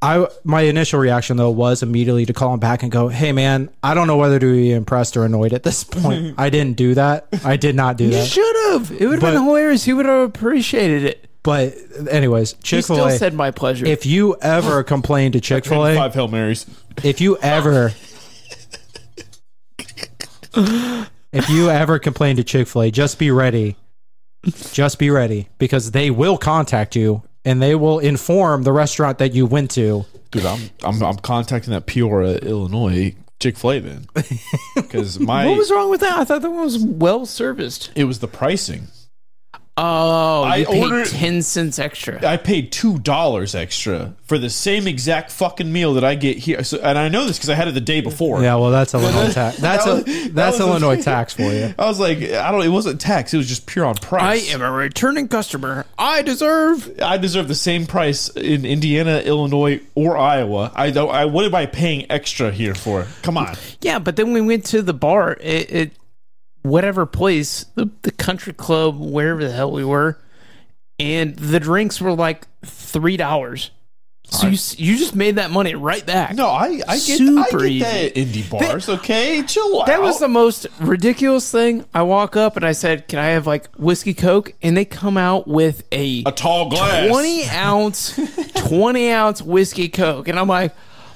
D: I my initial reaction though was immediately to call him back and go, "Hey man, I don't know whether to be impressed or annoyed at this point. I didn't do that. I did not do
B: you
D: that."
B: should have. It would have
D: But-
B: been hilarious. He would have appreciated it.
D: But anyways,
B: He
D: Chick Fil
B: still
D: A.
B: said my pleasure.
D: If you ever complain to Chick Fil A,
C: Five hail marys.
D: if you ever if you ever complain to chick-fil-a just be ready just be ready because they will contact you and they will inform the restaurant that you went to
C: Dude, I'm I'm, I'm contacting that Peoria, Illinois Chick Fil A then, because my
B: what was wrong with that? I thought that one was well serviced.
C: it was the pricing.
B: Oh,
C: I
B: you paid
C: ordered-
B: ten cents extra.
C: I paid two dollars extra for the same exact fucking meal that I get here. So, and I know this because I had it the day before.
D: yeah well that's illinois tax that's
C: was-
D: a,
C: that
D: that's
C: was-
D: illinois tax for you
C: I was like, I don't. It wasn't tax. It was just pure on
B: I
C: price.
B: am a returning customer. I deserve.
C: I deserve the same price in Indiana, Illinois, or Iowa. I don't. I what am I paying extra here for? Come on.
B: Yeah, but then we went to the bar. It, it whatever place, the, the country club, wherever the hell we were, and the drinks were like three dollars. So you s you just made that money right back.
C: No, I I get I
B: Super
C: get that at indie bars. okay, chill out.
B: That was the most ridiculous thing. I walk up and I said, "Can I have like whiskey coke?" And they come out with a
C: a tall glass.
B: twenty ounce, twenty ounce whiskey coke, and I'm like,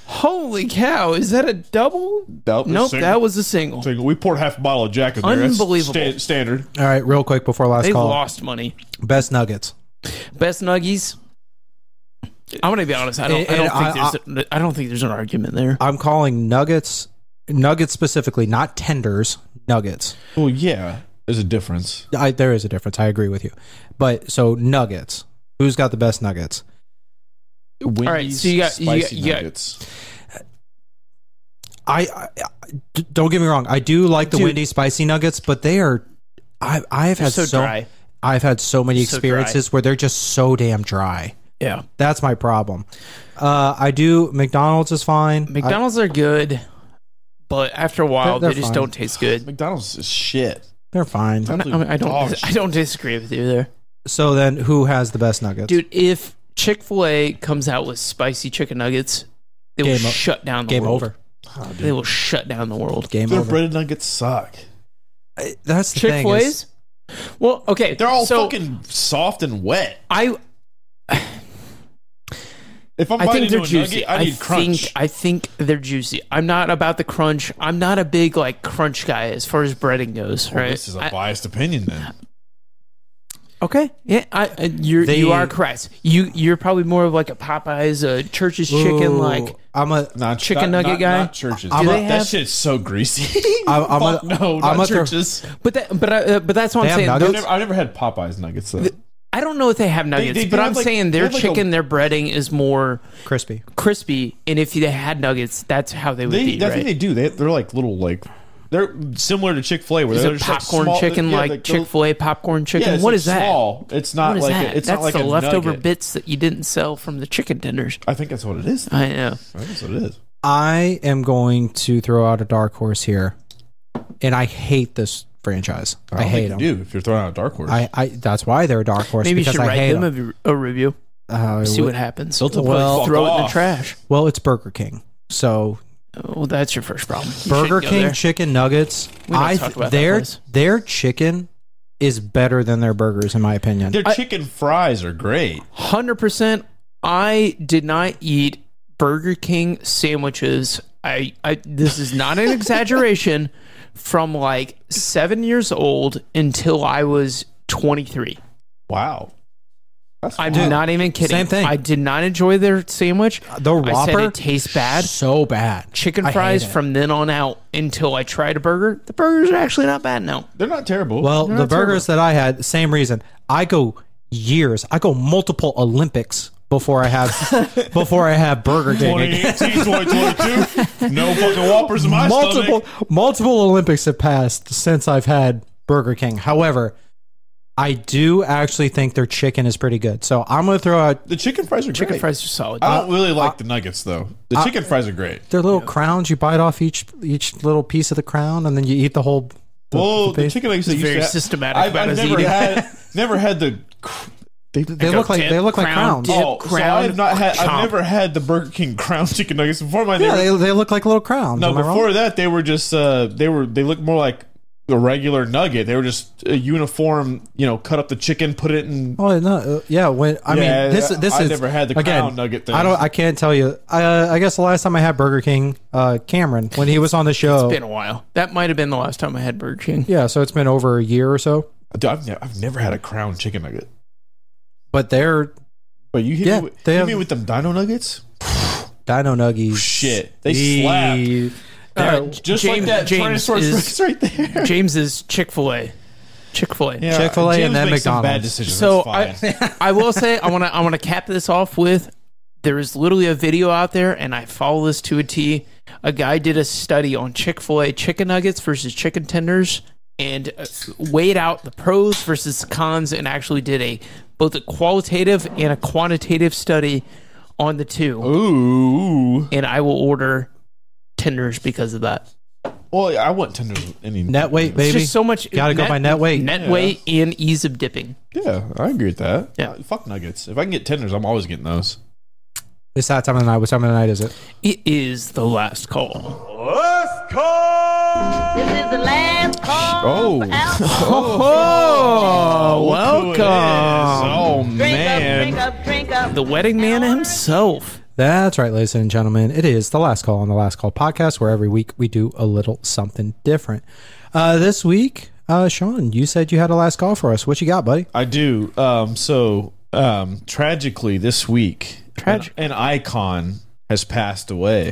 B: "Holy cow! Is that a double?"
C: That was
B: nope,
C: single.
B: that was a single.
C: So we poured half a bottle of Jack in there. That's
B: Unbelievable.
C: sta- standard.
D: all right real quick before last
B: They
D: call
B: lost money.
D: best nuggets
B: Best nuggies. I'm gonna be honest. I don't.
D: And-
B: I don't
D: and I-
B: think there's. I I don't think there's an argument there.
D: i'm calling nuggets nuggets specifically not tenders nuggets
C: Well, yeah, there's a difference.
D: I, there is a difference i agree with you but so nuggets who's got the best nuggets
C: Wendy's,
B: so you got- you got-
C: spicy
B: you got-
C: nuggets.
D: I, I- d- don't get me wrong. I do like the
B: Dude.
D: Wendy's spicy nuggets, but they are. I I've had
B: so
D: so,
B: dry.
D: I've had so many
B: So
D: experiences where they're just so damn dry.
B: Yeah,
D: That's my problem. Uh, I do McDonald's is fine. I-
B: McDonald's are good, but after a while,
D: They're-
B: they just
D: they're
B: don't taste good.
C: McDonald's is shit.
D: they're fine.
B: I'm not- I, mean, I
C: Dog
B: don't.
C: shit.
B: I don't disagree with you there.
D: So then, who has the best nuggets?
B: dude. If Chick Fil A comes out with spicy chicken nuggets, they will
D: Game o-
B: shut down the
D: game
B: world.
D: over.
B: They will shut down the world.
D: Game
C: Their
D: over.
C: breaded nuggets suck.
D: I- That's the
B: Chick
D: thing.
B: Fil
D: is-
B: A's. Well, okay,
C: They're all
B: so
C: fucking soft and wet.
B: I
C: If I'm
B: I
C: biting
B: think they're
C: into a
B: juicy.
C: nugget, I need crunch.
B: think I think they're juicy. I'm not about the crunch. I'm not a big like crunch guy as far as breading goes.
C: Well,
B: right?
C: Oh, This is a
B: I-
C: biased opinion then.
B: okay. Yeah, I, I- you're
D: They-
B: you are correct. You you're probably more of like a Popeyes, a Church's chicken.
D: Ooh,
B: Like
D: I'm a.
C: Not
B: Chicken nugget
C: not-
B: guy?
C: Not churches.
D: I'm
B: Do
D: a-
B: they
C: that
B: have-
C: shit's so greasy.
D: I'm, I'm
C: Fuck
D: a,
C: no,
D: I'm
C: not
D: a-
C: churches.
B: But that, but uh, but that's what I'm
D: They have
B: saying. Those-
D: nuggets?
C: I've never, I've never had Popeyes nuggets though.
B: I don't know if they have nuggets,
C: they do
B: but I'm
C: have, like-
B: saying
C: they
B: their
C: have, like, a-
B: chicken, their breading is more
D: crispy.
B: crispy. And if they had nuggets, that's how they would
C: They,
B: be.
C: I
B: Right?
C: think they do. They, they're like little like they're similar to Chick Fil A. Where
B: is
C: they're
B: it
C: just
B: popcorn
C: like small,
B: chicken,
C: yeah,
B: like,
C: they'll-
B: Chick Fil A popcorn
C: Yeah,
B: chicken?
C: it's
B: What
C: like
B: is that?
C: Small. It's not
B: What is
C: like
B: that?
C: A, it's
B: that's
C: not like
B: the
C: a
B: leftover
C: nugget.
B: bits that you didn't sell from the chicken dinners.
C: I think that's what it is. I
B: I uh, know.
C: think that's what it is.
D: I am going to throw out a dark horse here, and I hate this franchise. I,
C: don't
D: hate
C: think
D: them.
C: you do if you're throwing out a dark horse.
D: I, I that's why they're a dark horse.
B: Maybe you
D: because
B: should
D: I
B: write
D: hate
B: them, a, a review.
D: Uh,
B: See
D: we-
B: what happens.
C: They'll probably
B: Well,
C: fuck
B: throw it in the
C: off.
B: trash.
D: well, it's Burger King. So
B: Well, that's your first problem. You
D: Burger
B: shouldn't go
D: King
B: there.
D: chicken nuggets.
B: We don't
D: I
B: talk about that
D: their
B: place.
D: their chicken is better than their burgers, in my opinion.
C: Their chicken fries are great.
B: Hundred percent. I did not eat Burger King sandwiches. I, I this is not an exaggeration. From like seven years old until I was twenty three.
C: Wow. That's
B: I'm
C: wild.
B: not even kidding.
D: same thing.
B: I did not enjoy their sandwich.
D: The
B: I said
D: Whopper
B: it tastes bad.
D: so bad.
B: Chicken
D: I hate
B: fries
D: it.
B: from then on out until I tried a burger. The burgers are actually not bad now.
C: They're not terrible.
D: Well,
C: They're
D: the
C: not terrible.
D: burgers that I had, same reason. I go years. I go multiple Olympics before I have before I have Burger King. again.
C: 2018, 2022. No fucking Whoppers in my
D: multiple
C: stomach.
D: multiple Olympics have passed since I've had Burger King. However, I do actually think their chicken is pretty good. So I'm going to throw out
C: The chicken fries are
B: Chicken
C: great.
B: fries are solid.
C: I don't really like the nuggets though. The chicken fries are great.
D: their little crowns. You bite off each each little piece of the crown, and then you eat the whole. the-
C: Well,
D: the
C: the
D: base-
C: chicken nuggets that
B: very
C: used to
B: systematic
C: I've,
B: about
C: I've
B: his
C: never
B: eating.
C: had never had the cr-
D: they, they look like
B: dip,
D: they look like
B: crown,
D: crowns.
B: dip.
C: oh, so
B: crown,
C: I've not had
B: chomp.
C: I've never had the Burger King crown chicken nuggets before. My
D: Yeah,
C: neighbor-
D: they, they look like little crowns.
C: no,
D: Am I wrong?
C: before that they were just uh, they were they looked more like a regular nugget. They were just a uniform, you know, cut up the chicken, put it in.
D: Oh no, uh, yeah. When I
C: Yeah,
D: mean this, this
C: I
D: is
C: never had the
D: again,
C: crown nugget thing.
D: I don't. I can't tell you. I, uh, I guess the last time I had Burger King, uh, Cameron, when he was on the show.
B: It's been a while. That might have been the last time I had Burger King.
D: yeah, so it's been over a year or so.
C: Dude, I've, ne- I've never had a crown chicken nugget.
D: But their
C: But you hit
D: Yeah,
C: me with,
D: they
C: hit
D: have-
C: me with them Dino Nuggets.
D: Dino Nuggies,
C: Oh, Shit, they slap.
D: Eee.
B: Uh,
D: They're-
B: J-
C: Just
B: James-
C: like that
B: James
C: Tyrannosaurus
B: is-
C: Rex right there.
B: James is Chick Fil A. Chick Fil A.
C: Yeah,
D: Chick-fil-A and
C: James
D: then
C: makes some Bad
D: McDonald's.
C: decisions.
B: So
C: That's fine.
B: I, I will say I want to I want to cap this off with there is literally a video out there and I follow this to a T. A guy did a study on Chick Fil A chicken nuggets versus chicken tenders and uh, weighed out the pros versus cons and actually did a both a qualitative and a quantitative study on the two.
D: Oh.
C: Ooh.
B: And I will order tenders because of that.
C: Well, I want tenders. with Any
D: net weight, baby.
B: It's just so much.
D: Gotta go by net weight.
B: net weight, and ease of dipping.
C: Yeah, I agree with that.
B: Yeah.
C: Uh, Fuck nuggets. If I can get tenders, I'm always getting those.
D: it's that time of the night. What time of the night is it?
B: It is the last call.
A: Let's go!
E: This is the last call.
C: Oh.
E: for alcohol.
B: Oh,
C: Look who it is. Oh
E: Drink up, drink
C: man.
E: up, drink up.
B: The wedding man himself.
D: That's right, ladies and gentlemen. It is the last call on the last call podcast, where every week we do a little something different. Uh, this week, uh, Sean, you said you had a last call for us. What you got, buddy?
C: I do. Um, so um, tragically, this week,
B: Tragic.
C: an, an icon has passed away.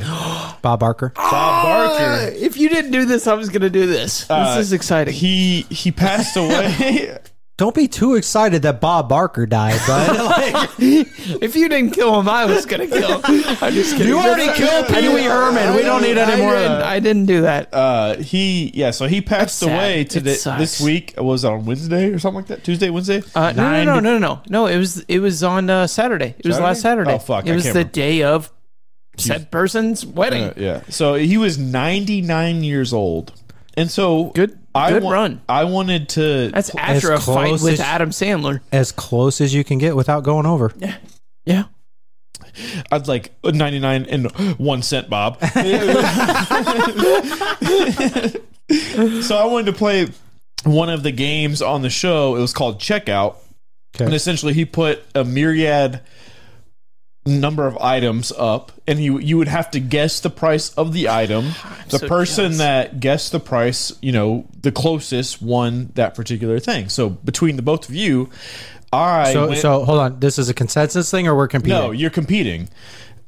D: Bob Barker.
C: Bob Barker.
B: Uh, If you didn't do this, I was going to do this.
C: Uh,
B: this is exciting.
C: He he passed away.
D: Don't be too excited that Bob Barker died, bud.
B: if you didn't kill him, I was going to kill. him. I'm just kidding.
D: You already
B: That's-
D: killed
B: I
D: Pee Wee
B: didn't-
D: Herman. We don't need
B: I
D: any more of
B: didn't-
D: that.
B: I didn't do that.
C: uh, he yeah. So he passed
B: sad.
C: away
B: It
C: today.
B: sucks.
C: This week was it on Wednesday or something like that. Tuesday, Wednesday.
B: Uh, no, no,
D: nine
B: no,
D: to-
B: no, no, no, no. It was it was on uh, Saturday. It was last
C: Saturday?
B: Saturday.
C: Oh, fuck,
B: It
C: I
B: was the
C: can't remember.
B: day of said person's wedding.
C: Uh, yeah. So he was 99 years old, and so
B: Good-
C: I
B: good run.
C: I wanted to.
B: That's after a
D: as
B: fight
D: close
B: with
D: as-
B: Adam Sandler.
D: as close as you can get without going over.
B: Yeah.
C: I'd like 99 and one cent, Bob. so I wanted to play one of the games on the show. It was called Checkout,
D: Okay.
C: and essentially he put a myriad number of items up and you you would have to guess the price of the item the
B: so
C: person
B: jealous.
C: that guessed the price you know the closest won that particular thing so between the both of you i
D: so,
C: went-
D: so hold on. This is a consensus thing, or we're competing?
C: no, you're competing.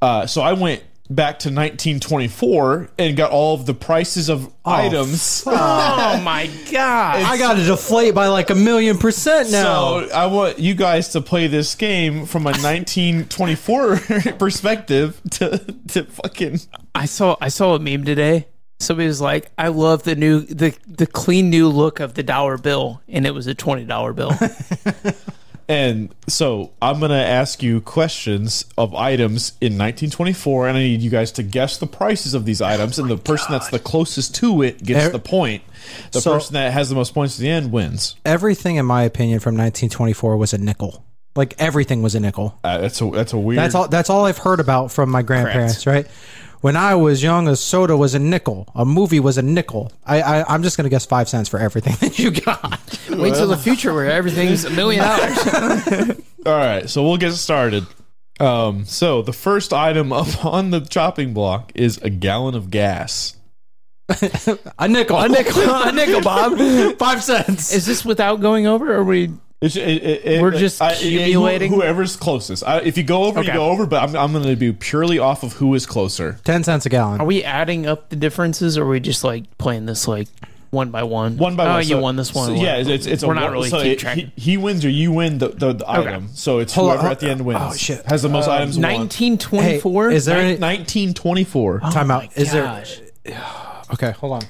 C: Uh, so I went back to 1924 and got all of the prices of items.
B: Oh my god.
D: I got to deflate by like a million percent now.
C: So I want you guys to play this game from a 1924 perspective to to fucking
B: I saw I saw a meme today. Somebody was like, "I love the new the the clean new look of the dollar bill," and it was a twenty dollar bill.
C: and so I'm gonna ask you questions of items in 1924, and I need you guys to guess the prices of
D: Oh
C: these items, and the person that's the closest to it gets
D: Er-
C: the point. The
D: So-
C: person that has the most points at the end wins.
D: everything, in my opinion, from 1924 was a nickel. Like everything was a nickel.
C: Uh, that's a that's a weird.
D: That's all. That's all I've heard about from my grandparents. Right. When I was young, a soda was a nickel. A movie was a nickel. I, I I'm just gonna guess five cents for everything that you got.
B: Wait till the future where everything's a million dollars.
C: All right, so we'll get started. Um, so the first item up on the chopping block is a gallon of gas.
D: A nickel.
B: a nickel, a nickel, Bob.
D: Five cents.
B: Is this without going over? Or are we?
C: It's- it- it- it-
B: We're just
C: I- it- it-
B: accumulating?
C: who- whoever's closest. I, if you go over, you
B: Okay.
C: go over. But I'm, I'm going to be purely off of who is closer.
D: Ten cents a gallon.
B: Are we adding up the differences, or are we just like playing this like one by one?
C: One by one.
B: Oh, you
C: So-
B: won this one.
C: so, yeah, it's, it's, it's a
B: we're not
C: one-
B: really
C: so
B: keep
C: it-
B: track.
C: he, he wins or you win the, the, the item. So it's
D: Hold on,
C: whoever
D: hold-
C: at the end wins.
D: oh, shit.
C: Has the most items.
B: Uh, Nineteen twenty four.
D: Hey, is there any
C: Nineteen twenty-four.
D: time out? Is
B: Oh gosh.
D: there? Okay, hold on.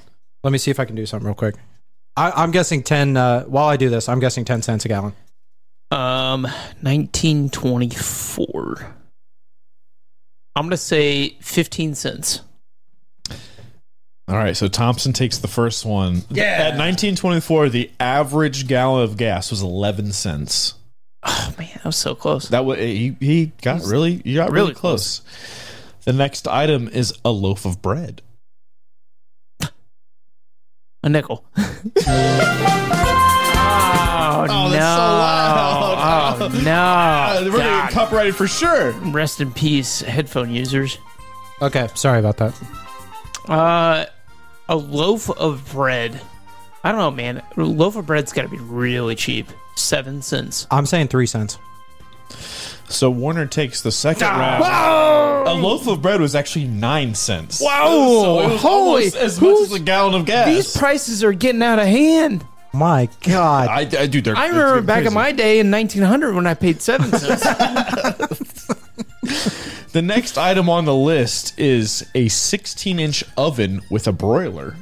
D: Let me see if I can do something real quick. I, I'm guessing ten. Uh, while I do this, I'm guessing ten cents a gallon.
B: Um, 1924. I'm gonna say 15 cents.
C: All right, so Thompson takes the first one. Yeah. At 1924, the average gallon of gas was 11 cents.
B: Oh man, I was so close.
C: That was he, he got really you got really,
B: Really
C: close. The next item is a loaf of bread.
B: A nickel. oh, no.
C: loud.
B: Oh no.
C: we're gonna
B: God.
C: get copyrighted for sure.
B: Rest in peace, headphone users.
D: Okay, sorry about that.
B: Uh, a loaf of bread. I don't know, man. A loaf of bread's got to be really cheap. Seven cents.
D: I'm saying three cents.
C: So Warner takes the second round. A loaf of bread was actually nine cents.
B: Wow.
C: So it was almost as much
B: who's-
C: as a gallon of gas.
B: These prices are getting out of hand.
D: My God.
C: I, I do.
B: I remember back in my day in 1900 when I paid seven cents.
C: The next item on the list is a 16-inch oven with a broiler.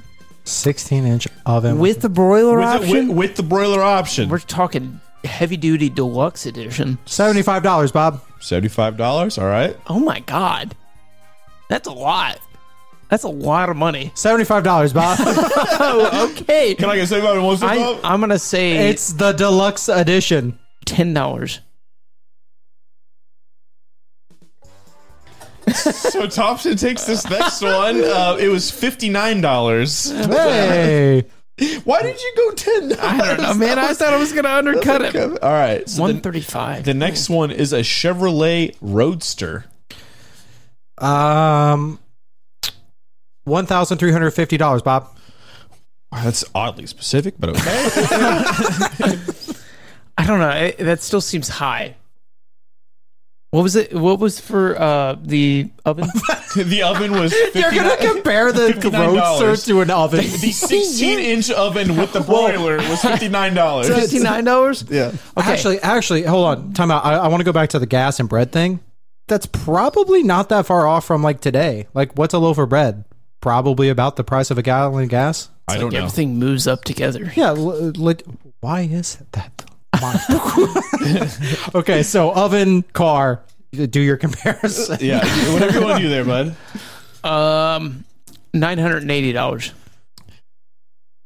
D: 16 inch oven
B: With the broiler
C: With, the-
B: option,
C: with, with the broiler option,
B: we're talking heavy duty deluxe edition.
D: $75, Bob.
C: seventy-five dollars. All right.
B: Oh my god, that's a lot. That's a lot of money.
D: $75, Bob.
B: Oh, okay.
C: Can I get seventy-five in one step?
B: I, I'm gonna say
D: it's the deluxe edition.
B: ten dollars.
C: So Thompson takes this next one. Uh, it was fifty-nine dollars.
D: Hey.
C: Why did you go ten?
B: I don't know, man. I thought I was gonna undercut it.
C: All right. So
B: One
C: the,
B: thirty-five.
C: the next one is a Chevrolet Roadster.
D: um, $1,350, Bob.
C: Wow, that's oddly specific, but okay.
B: I don't know. I, that still seems high. What was it? What was for uh, the oven?
C: the oven was. 59
D: compare the
C: $59.
D: an oven.
C: the 16 inch oven with the broiler was $59.
B: Fifty-nine dollars. Yeah. Okay.
D: Actually, actually, hold on. Time out. I, I want to go back to the gas and bread thing. That's probably not that far off from like today. Like, what's a loaf of bread? Probably about the price of a gallon of gas.
C: I don't know.
B: everything moves up together.
D: Yeah. L- lit- why is that? Why? okay, so oven, car. Do your comparison.
C: Yeah, whatever you want to do there, bud.
B: Um, nine hundred and eighty dollars.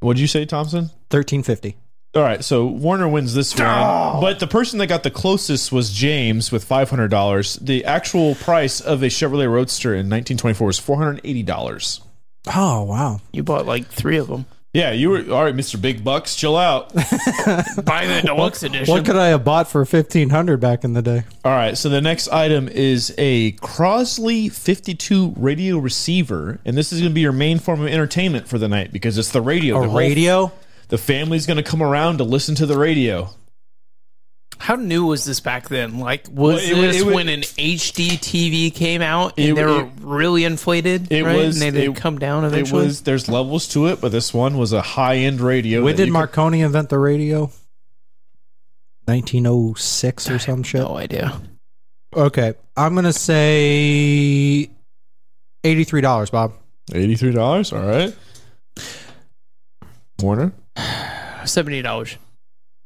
C: What'd you say, Thompson?
D: Thirteen fifty.
C: All right, so Warner wins this one, but the person that got the closest was James with five hundred dollars. The actual price of a Chevrolet Roadster in nineteen twenty four was four hundred eighty dollars.
D: Oh wow.
B: You bought like three of them.
C: Yeah, you were all right, Mister Big Bucks. Chill out. all
B: Buy the deluxe edition.
D: What could I have bought for fifteen hundred back in the day?
C: right, so the next item is a Crosley fifty two radio receiver, and this is going to be your main form of entertainment for the night because it's the radio. the
D: A
C: whole-
D: radio?
C: the family's going to come around to listen to the radio.
B: How new was this back then? Like, was
C: Well, it wa-
B: this
C: it wa-
B: when an HD TV came out and
C: It
B: they
C: wa-
B: were
C: it-
B: really inflated?
C: It
B: right?
C: was.
B: And they did
C: it-
B: come down
C: it
B: eventually.
C: was. There's levels to it, but this one was a high end radio.
D: When
C: that
D: did
C: you
D: Marconi invent the radio? Nineteen oh six or some shit.
B: no idea.
D: Okay, I'm gonna say eighty-three dollars, Bob.
C: Eighty three dollars. All right. Warner
B: Seventy dollars.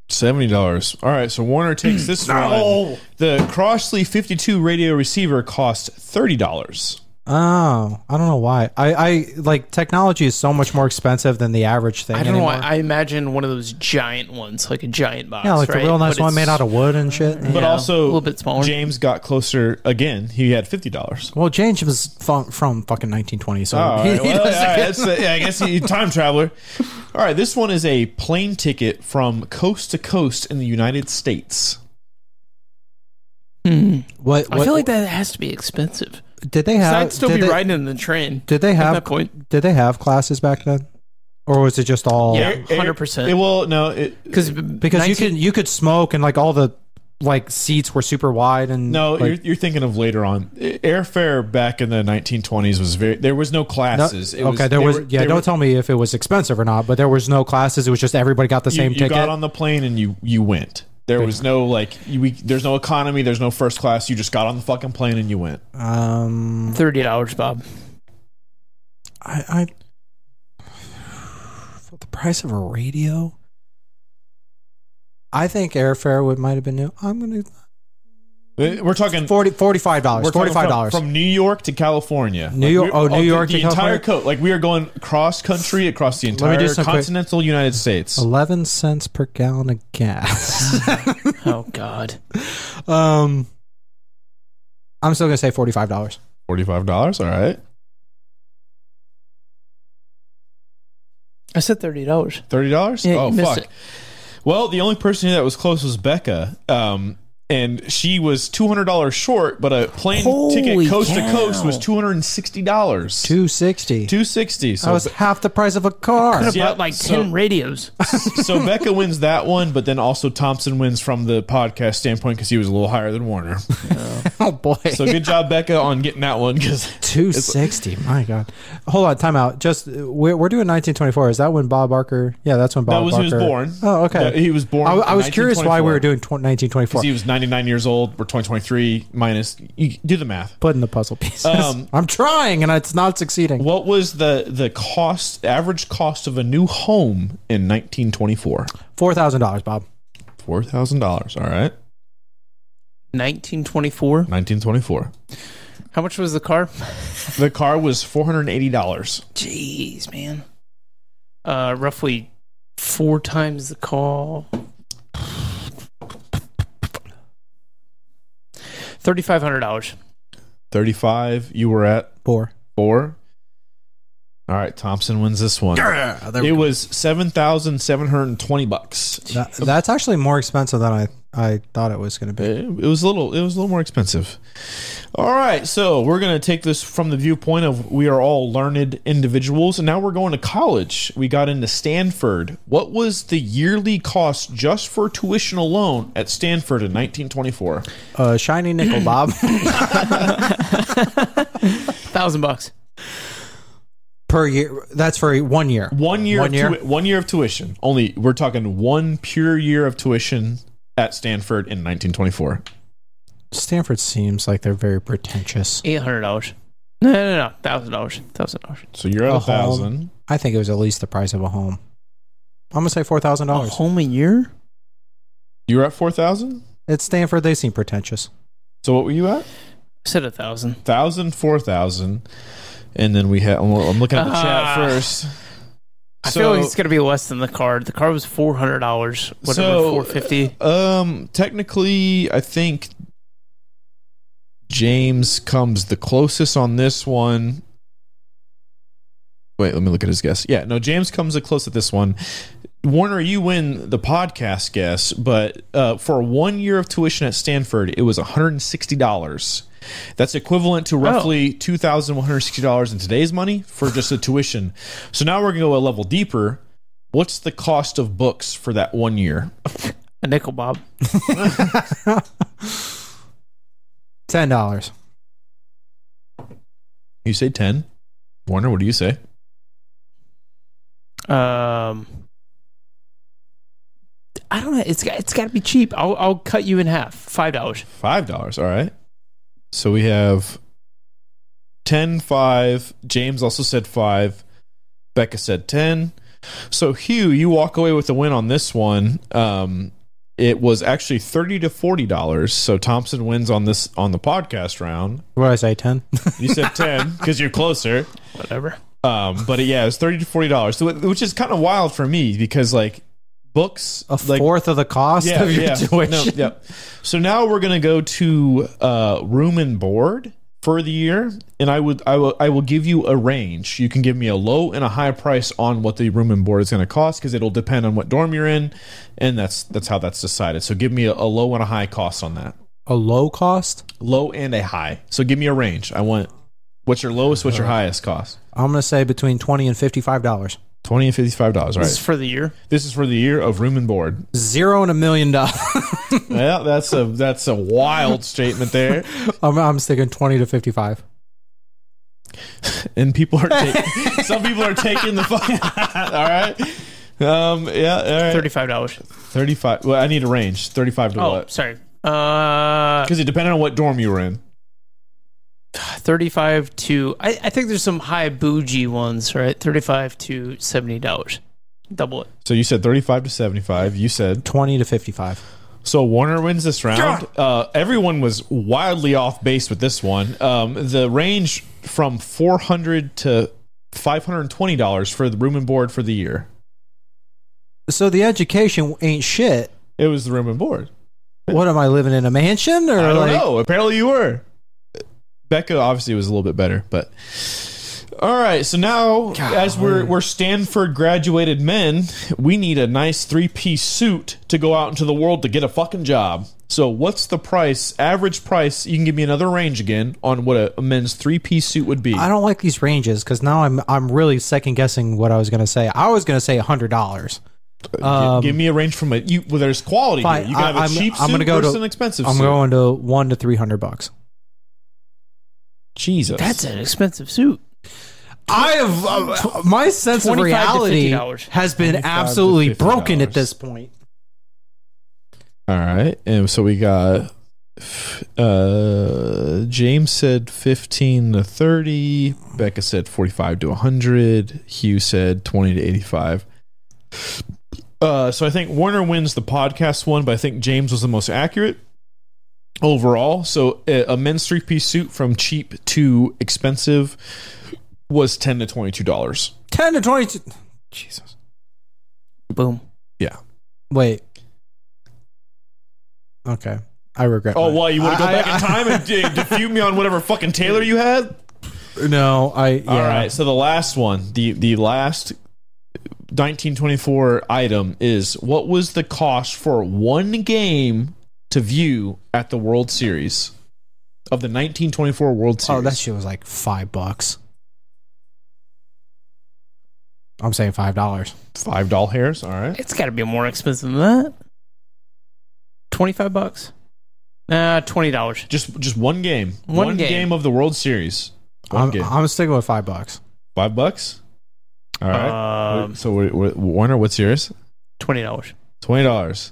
C: seventy dollars. All right. So Warner takes this one. The Crossley fifty two radio receiver cost thirty dollars.
D: Oh, I don't know why. I, I like technology is so much more expensive than the average thing.
B: I don't know why.
D: anymore.
B: I imagine one of those giant ones, like a giant box.
D: yeah, like
B: right?
D: the real nice
B: But
D: one
B: it's-
D: made out of wood and shit.
C: But
B: Yeah,
C: also
B: a little bit smaller.
C: James got closer again. He had fifty dollars.
D: Well, James was from, from fucking 1920,
B: Oh.
D: so
C: All
D: he,
C: right.
D: he
C: Oh, Well, all
D: doesn't
C: right,
D: get-
C: that's the- yeah, I guess he time traveler. All right. This one is a plane ticket from coast to coast in the United States.
D: What,
B: I feel like that has to be expensive.
D: Did they
B: 'Cause
D: have?
B: I'd still
D: did
B: be
D: they,
B: riding in the train.
D: Did they have?
B: that point.
D: Did they have classes back then, or was it just all?
B: Yeah.
C: Air- air-
B: 100%.
C: it- Well, no. It,
B: Because
D: Because you could you could smoke and like all the like seats were super wide and
C: No,
D: like,
C: you're, you're thinking of later on. Airfare back in the 1920s was very. There was no
D: No-
C: classes. It was-
D: okay, there
C: they
D: was
C: were-
D: yeah.
C: they
D: Don't
C: were-
D: tell me if it was expensive or not, but there was no classes. It was just everybody got the
C: you,
D: same
C: you
D: ticket.
C: got on the plane and you you went. There was no like you, we, there's no economy. There's no first class. You just got on the fucking plane and you went.
D: um,
B: thirty dollars, Bob.
D: I, I price of a radio? I think airfare would might have been new. I'm gonna
C: Uh, We're talking.
D: 40 forty-five dollars.
C: we're talking
D: Forty-five dollars.
C: from, from New York to California.
D: New York-
C: we're-
D: oh, New
C: the-
D: York
C: the,
D: to
C: entire
D: California.
C: coast. Like we are going cross country across the
D: me
C: entire
D: do some quick- Oh.
C: continental United States.
D: Eleven cents per gallon of gas.
B: Oh God.
D: um, I'm still gonna say forty-five dollars.
C: Forty-five dollars. All right,
B: I said thirty dollars.
C: thirty dollars.
B: Yeah, you
C: oh
B: missed
C: fuck.
B: it.
C: Well, the only person that was close was Becca. Um, and she was two hundred dollars short, but a plane
B: Holy
C: ticket coast to
B: cow.
C: coast was two hundred and sixty dollars.
D: Two sixty.
C: two sixty. So
D: That was half the price of a car.
C: Yeah,
B: Bought like
C: so-
B: ten radios.
C: so Becca wins that one, but then also Thompson wins from the podcast standpoint because he was a little higher than Warner.
D: Oh boy.
C: So good job, Becca, on getting that one because
D: 260. My God. Hold on. Time out. Just we're, we're doing 1924. Is that when Bob Barker? Yeah, that's when Bob
C: that was
D: Barker.
C: he was born.
D: Oh, okay.
C: That- he was born.
D: I, I
C: in
D: was curious why we
C: 1924.
D: were doing tw 1924.
C: 'Cause He was 99 years old. We're 2023 minus. You do the math.
D: Putting the puzzle pieces.
C: Um,
D: I'm trying and it's not succeeding.
C: What was the the cost average cost of a new home in 1924?
D: Four thousand dollars, Bob.
C: Four thousand dollars. All right,
B: Nineteen twenty four.
C: 1924.
B: How much was the car?
C: The car was 480 dollars.
B: Jeez, man. Uh, roughly four times the call. Thirty-five hundred dollars.
C: 35. You were at
D: Four.
C: four. All right, Thompson wins this one.
D: there
C: It was seven thousand seven hundred and twenty bucks.
D: That- that's actually more expensive than I I thought it was going to be.
C: It it was a little. It was a little more expensive. All right, so we're gonna take this from the viewpoint of we are all learned individuals, and now we're going to college. We got into Stanford. What was the yearly cost just for tuition alone at Stanford in 1924?
D: Uh, shiny nickel, Bob.
B: Thousand bucks.
D: per year. That's for one year.
C: One year.
D: One
C: of
D: year?
C: tui- one year of tuition. Only we're talking one pure year of tuition at Stanford in 1924.
D: Stanford seems like they're very pretentious.
B: Eight hundred dollars. No, no, no. Thousand dollars. Thousand dollars.
C: So you're at
D: A
C: a,
D: home.
C: thousand.
D: I think it was at least the price of a home. I'm gonna say four thousand
B: A
D: dollars.
B: home a year?
C: You were at four thousand.
D: At Stanford, they seem pretentious.
C: So what were you at?
B: I said a thousand.
C: Thousand, four thousand, and then we had. I'm I'm looking at the
B: Ah.
C: chat first.
B: I
C: So-
B: feel like it's gonna be less than the car. The car was four hundred dollars. Whatever,
C: So, uh,
B: four fifty.
C: Um, technically, I think James comes the closest on this one. Wait, let me look at his guess. Yeah, no, James comes the closest at this one. Warner, you win the podcast guess, but uh, for one year of tuition at Stanford, it was one hundred and sixty dollars. That's equivalent to roughly two thousand one hundred sixty dollars in today's money for just the tuition. So now we're gonna go a level deeper. What's the cost of books for that one year?
B: A nickel bob.
D: Ten dollars.
C: You say 10. Warner, what do you say?
B: Um, I don't know. It's got- it's got to be cheap. I'll I'll cut you in half. Five dollars.
C: $5. All right. So we have 10, 5. James also said 5. Becca said 10. So, Hugh, you walk away with the win on this one. Um, it was actually 30 to $40. So Thompson wins on this on the podcast round.
D: What did I say? Ten.
C: You said 10 because you're closer.
B: Whatever.
C: Um, but yeah, it was 30 to $40, so, which is kind of wild for me because like books
D: A
C: like
D: fourth of the cost of your tuition.
C: No, yeah. So now we're gonna go to uh, room and board for the year, and I would I will I will give you a range. You can give me a low and a high price on what the room and board is gonna cost because it'll depend on what dorm you're in, and that's that's how that's decided. So give me a, a low and a high cost on that.
D: A low cost.
C: Low and a high. So give me a range. I want what's your lowest, what's your
D: Uh-huh.
C: highest cost?
D: I'm gonna say between twenty and fifty-five dollars.
C: Twenty and fifty five dollars. All
B: This is
C: right.
B: for the year.
C: This is for the year of room and board.
D: Zero and a million dollars.
C: yeah, that's a that's a wild statement there.
D: I'm, I'm sticking twenty to fifty-five.
C: and people are taking some people are taking the fucking all right um yeah all right.
B: Uh, Thirty-five dollars.
C: 35 well i need a range 35 to
B: Oh,
C: what
B: sorry. Uh,
C: because it depended on what dorm you were in
B: thirty-five to. I, I think there's some high bougie ones, right? Thirty-five to seventy dollars. Double it.
C: So you said 35 to 75. You said
D: 20 to 55.
C: so. Warner wins this round. Uh, everyone was wildly off base with this one. Um, the range from 400 to 520 dollars for the room and board for the year.
D: So the education ain't shit.
C: It was the room and board.
D: What am I living in a mansion or
C: I don't
D: like
C: know. Apparently, you were. Becca obviously was a little bit better, but all right. So now, as we're we're Stanford graduated men, we need a nice three piece suit to go out into the world to get a fucking job. So, what's the price? Average price? You can give me another range again on what a, a men's three piece suit would be.
D: I don't like these ranges because now I'm I'm really second guessing what I was gonna say. I was gonna say hundred dollars. Uh, Um,
C: Gi- give me a range from a you. Well, there's quality. Here. You can have a
D: I'm,
C: cheap suit
D: I'm gonna go
C: versus
D: to
C: an expensive
D: I'm
C: suit.
D: going to one to three hundred bucks.
C: Jesus,
B: That's an expensive suit.
D: I have uh, my sense of
B: 25 to
D: reality
B: $50.
D: has been
C: 25 to
D: absolutely
C: $50.
D: broken at this point.
C: All right. And so we got uh James said 15 to 30, Becca said 45 to 100, Hugh said 20 to 85. Uh so I think Warner wins the podcast one, but I think James was the most accurate overall. So uh, a, a men's three-piece suit from cheap to expensive was 10 to 22 dollars.
D: Ten to twenty. Two.
C: Jesus.
B: Boom.
C: Yeah.
D: Wait. Okay, I regret.
C: Oh,
D: my-
C: well, you want to go
D: I-
C: back
D: I-
C: in time and d- defute me on whatever fucking tailor you had?
D: No, I. Yeah.
C: All right. So the last one, the the last 1924 item is what was the cost for one game to view at the World Series of the 1924 World Series?
D: Oh, that shit was like five bucks. I'm saying five dollars.
C: five doll hairs. All right.
B: It's got to be more expensive than that. Twenty-five bucks. Uh, twenty dollars.
C: Just just one game.
B: One game.
C: of the World Series. One
D: I'm,
C: game.
D: I'm sticking with five bucks.
C: five bucks. All right.
B: Um,
C: so we Warner, what's yours?
B: twenty dollars.
C: Twenty dollars.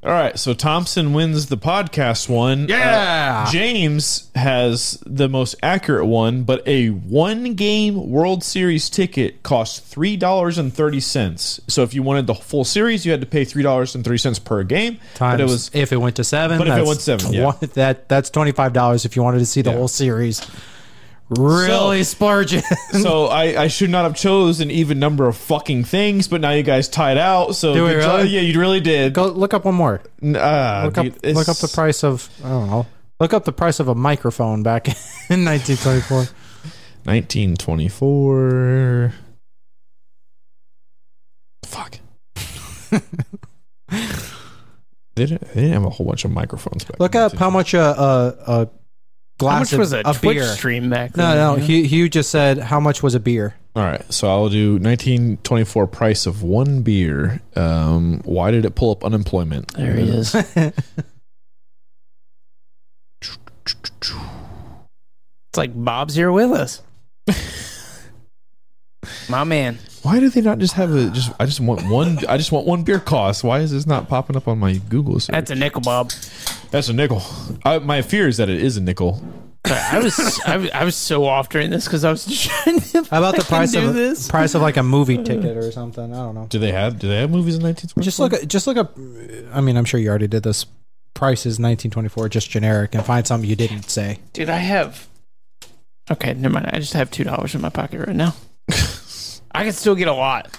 C: All right. So Thompson wins the podcast one. Uh,
D: Ah.
C: James has the most accurate one, but a one game World Series ticket costs $3.30. So if you wanted the full series, you had to pay $3.30 per game. But
D: times
C: it was
D: if it went to seven.
C: But if it
D: that's
C: went seven, yeah.
D: that that's twenty five dollars if you wanted to see the
C: Yeah.
D: whole series. Really splurging.
C: so I, I should not have chose an even number of fucking things, but now you guys tied out. So
D: Do we
C: good job.
D: really?
C: yeah, you really did.
D: Go look up one more.
C: Ah,
D: Look up
C: dude, it's-
D: look up the price of I don't know. Look up the price of a microphone back in 1924.
C: 1924. Fuck. they, didn't, they didn't have a whole bunch of microphones back.
D: Look
C: then,
D: up
C: did
D: how
C: they?
D: much a a, a
B: How
D: glass
B: much was a,
D: of
B: Twitch
D: beer.
B: stream back then?
D: No, no.
B: Yeah.
D: Hugh, Hugh just said how much was a beer.
C: All right, so I'll do 1924 price of one beer. Um, why did it pull up unemployment?
B: there he is. it's like Bob's here with us. My man.
C: Why do they not just have a just? I just want one. I just want one beer cost. Why is this not popping up on my Google? Search?
B: That's a nickel, Bob.
C: That's a nickel. I, my fear is that it is a nickel.
B: I was, I was I was so off during this because I was trying to.
D: How about the price
B: do
D: of
B: this?
D: price of like a movie ticket or something? I don't know.
C: Do they have? Do they have movies in 1924?
D: Just look at just look up. I mean, I'm sure you already did this. Prices 1924, just generic, and find something you didn't say.
B: Dude, I have. Okay, never mind. I just have two dollars in my pocket right now. I can still get a lot.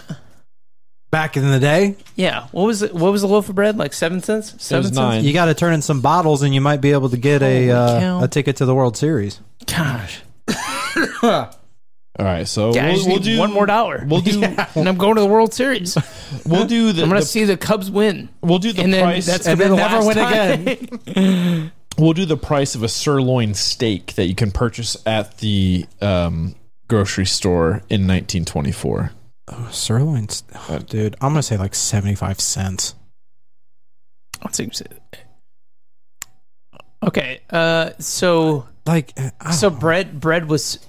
D: Back in the day,
B: Yeah. What was it? What was a loaf of bread? Like seven cents? Seven cents.
C: nine.
D: you got to turn in some bottles, and you might be able to get
B: Holy
D: a
B: cow.
D: uh, a ticket to the World Series.
B: Gosh.
C: All right, so
B: Yeah, I
C: we'll,
B: just
C: we'll
B: need
C: do
B: one more dollar.
C: We'll do.
B: and I'm going to the World Series. I'm
C: We'll do the.
B: gonna
C: the-
B: see the Cubs win.
C: we'll do the
B: and then
C: price.
B: that's
D: and
B: gonna be the
D: then never win
B: last time.
D: again.
C: we'll do the price of a sirloin steak that you can purchase at the um, grocery store in 1924.
D: Sirloins, oh, dude. I'm gonna say like 75 cents.
B: Let's see. Okay. Uh. So
D: Like, eh, I don't
B: so
D: know.
B: bread bread was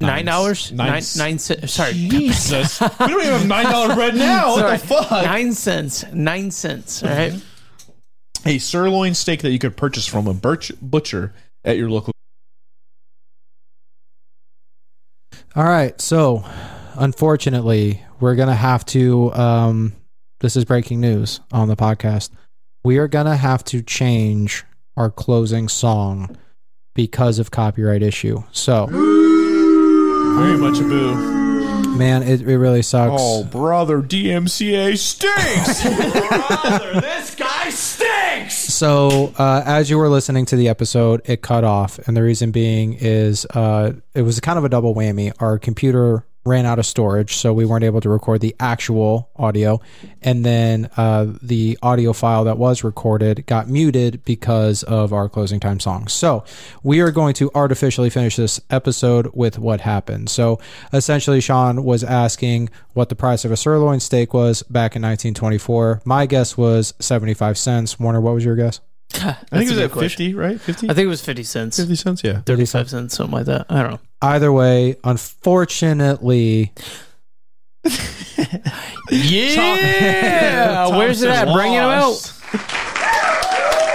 B: nine dollars.
C: nine
B: Nine
C: s-
B: nine cents. Sorry.
C: Jesus, we don't even have nine dollar bread
B: Oh,
C: now. What the fuck?
B: Nine cents. Nine cents. All right.
C: A sirloin steak that you could purchase from a birch butcher at your local.
D: All right, so unfortunately, we're gonna have to. Um, this is breaking news on the podcast. We are gonna have to change our closing song because of copyright issue. So,
C: Very much a boo.
D: man, it, it really sucks.
C: Oh, brother, DMCA stinks. brother, this guy stinks.
D: So, uh, as you were listening to the episode, it cut off, and the reason being is uh, it was kind of a double whammy. Our computer ran out of storage, so we weren't able to record the actual audio, and then uh, the audio file that was recorded got muted because of our closing time song. So, we are going to artificially finish this episode with what happened. So, essentially, Sean was asking what the price of a sirloin steak was back in 1924. My guess was 75 cents. Warner, what was your guess?
C: I think it was
B: a
C: at
B: good question.
C: 50, right? 50?
B: I think it was 50 cents,
C: 50 cents, yeah.
B: 35 cents, something like that. I don't know.
D: Either way, unfortunately,
B: Yeah. Where's it at? Bring it out.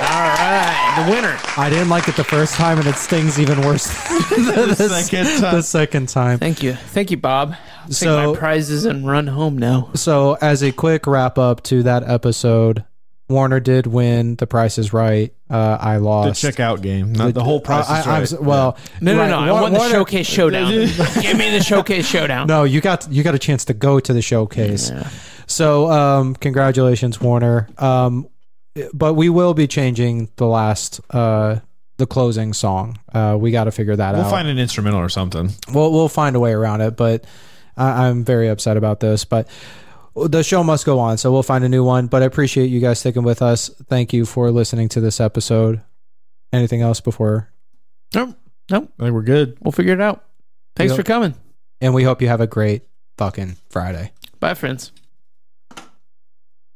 B: All right. The winner.
D: I didn't like it the first time, and it stings even worse the,
C: second time.
D: the second time.
B: Thank you. Thank you, Bob. I'll
D: So-
B: take my prizes and run home now.
D: So, as a quick wrap up to that episode, Warner did win. The Price is Right. Uh, I
C: The
D: lost.
C: checkout game. Not the whole
D: I,
C: process.
D: I'm
C: right.
D: s- well,
B: No,
D: right,
B: no, no. I
D: Wa-
B: won the
D: Warner-
B: showcase showdown. Give me the showcase showdown.
D: No, you got you got a chance to go to the showcase.
B: Yeah.
D: So, um, congratulations, Warner. Um, but we will be changing the last uh, the closing song. Uh, we got to figure that
C: We'll
D: out.
C: find an instrumental or something.
D: we'll we'll find a way around it. But I, I'm very upset about this. But the show must go on, so we'll find a new one. But I appreciate you guys sticking with us. Thank you for listening to this episode. Anything else before?
B: Nope. Nope.
C: I think we're good.
B: We'll figure it out. Thanks
D: Yep.
B: for coming.
D: And we hope you have a great fucking Friday.
B: Bye, friends.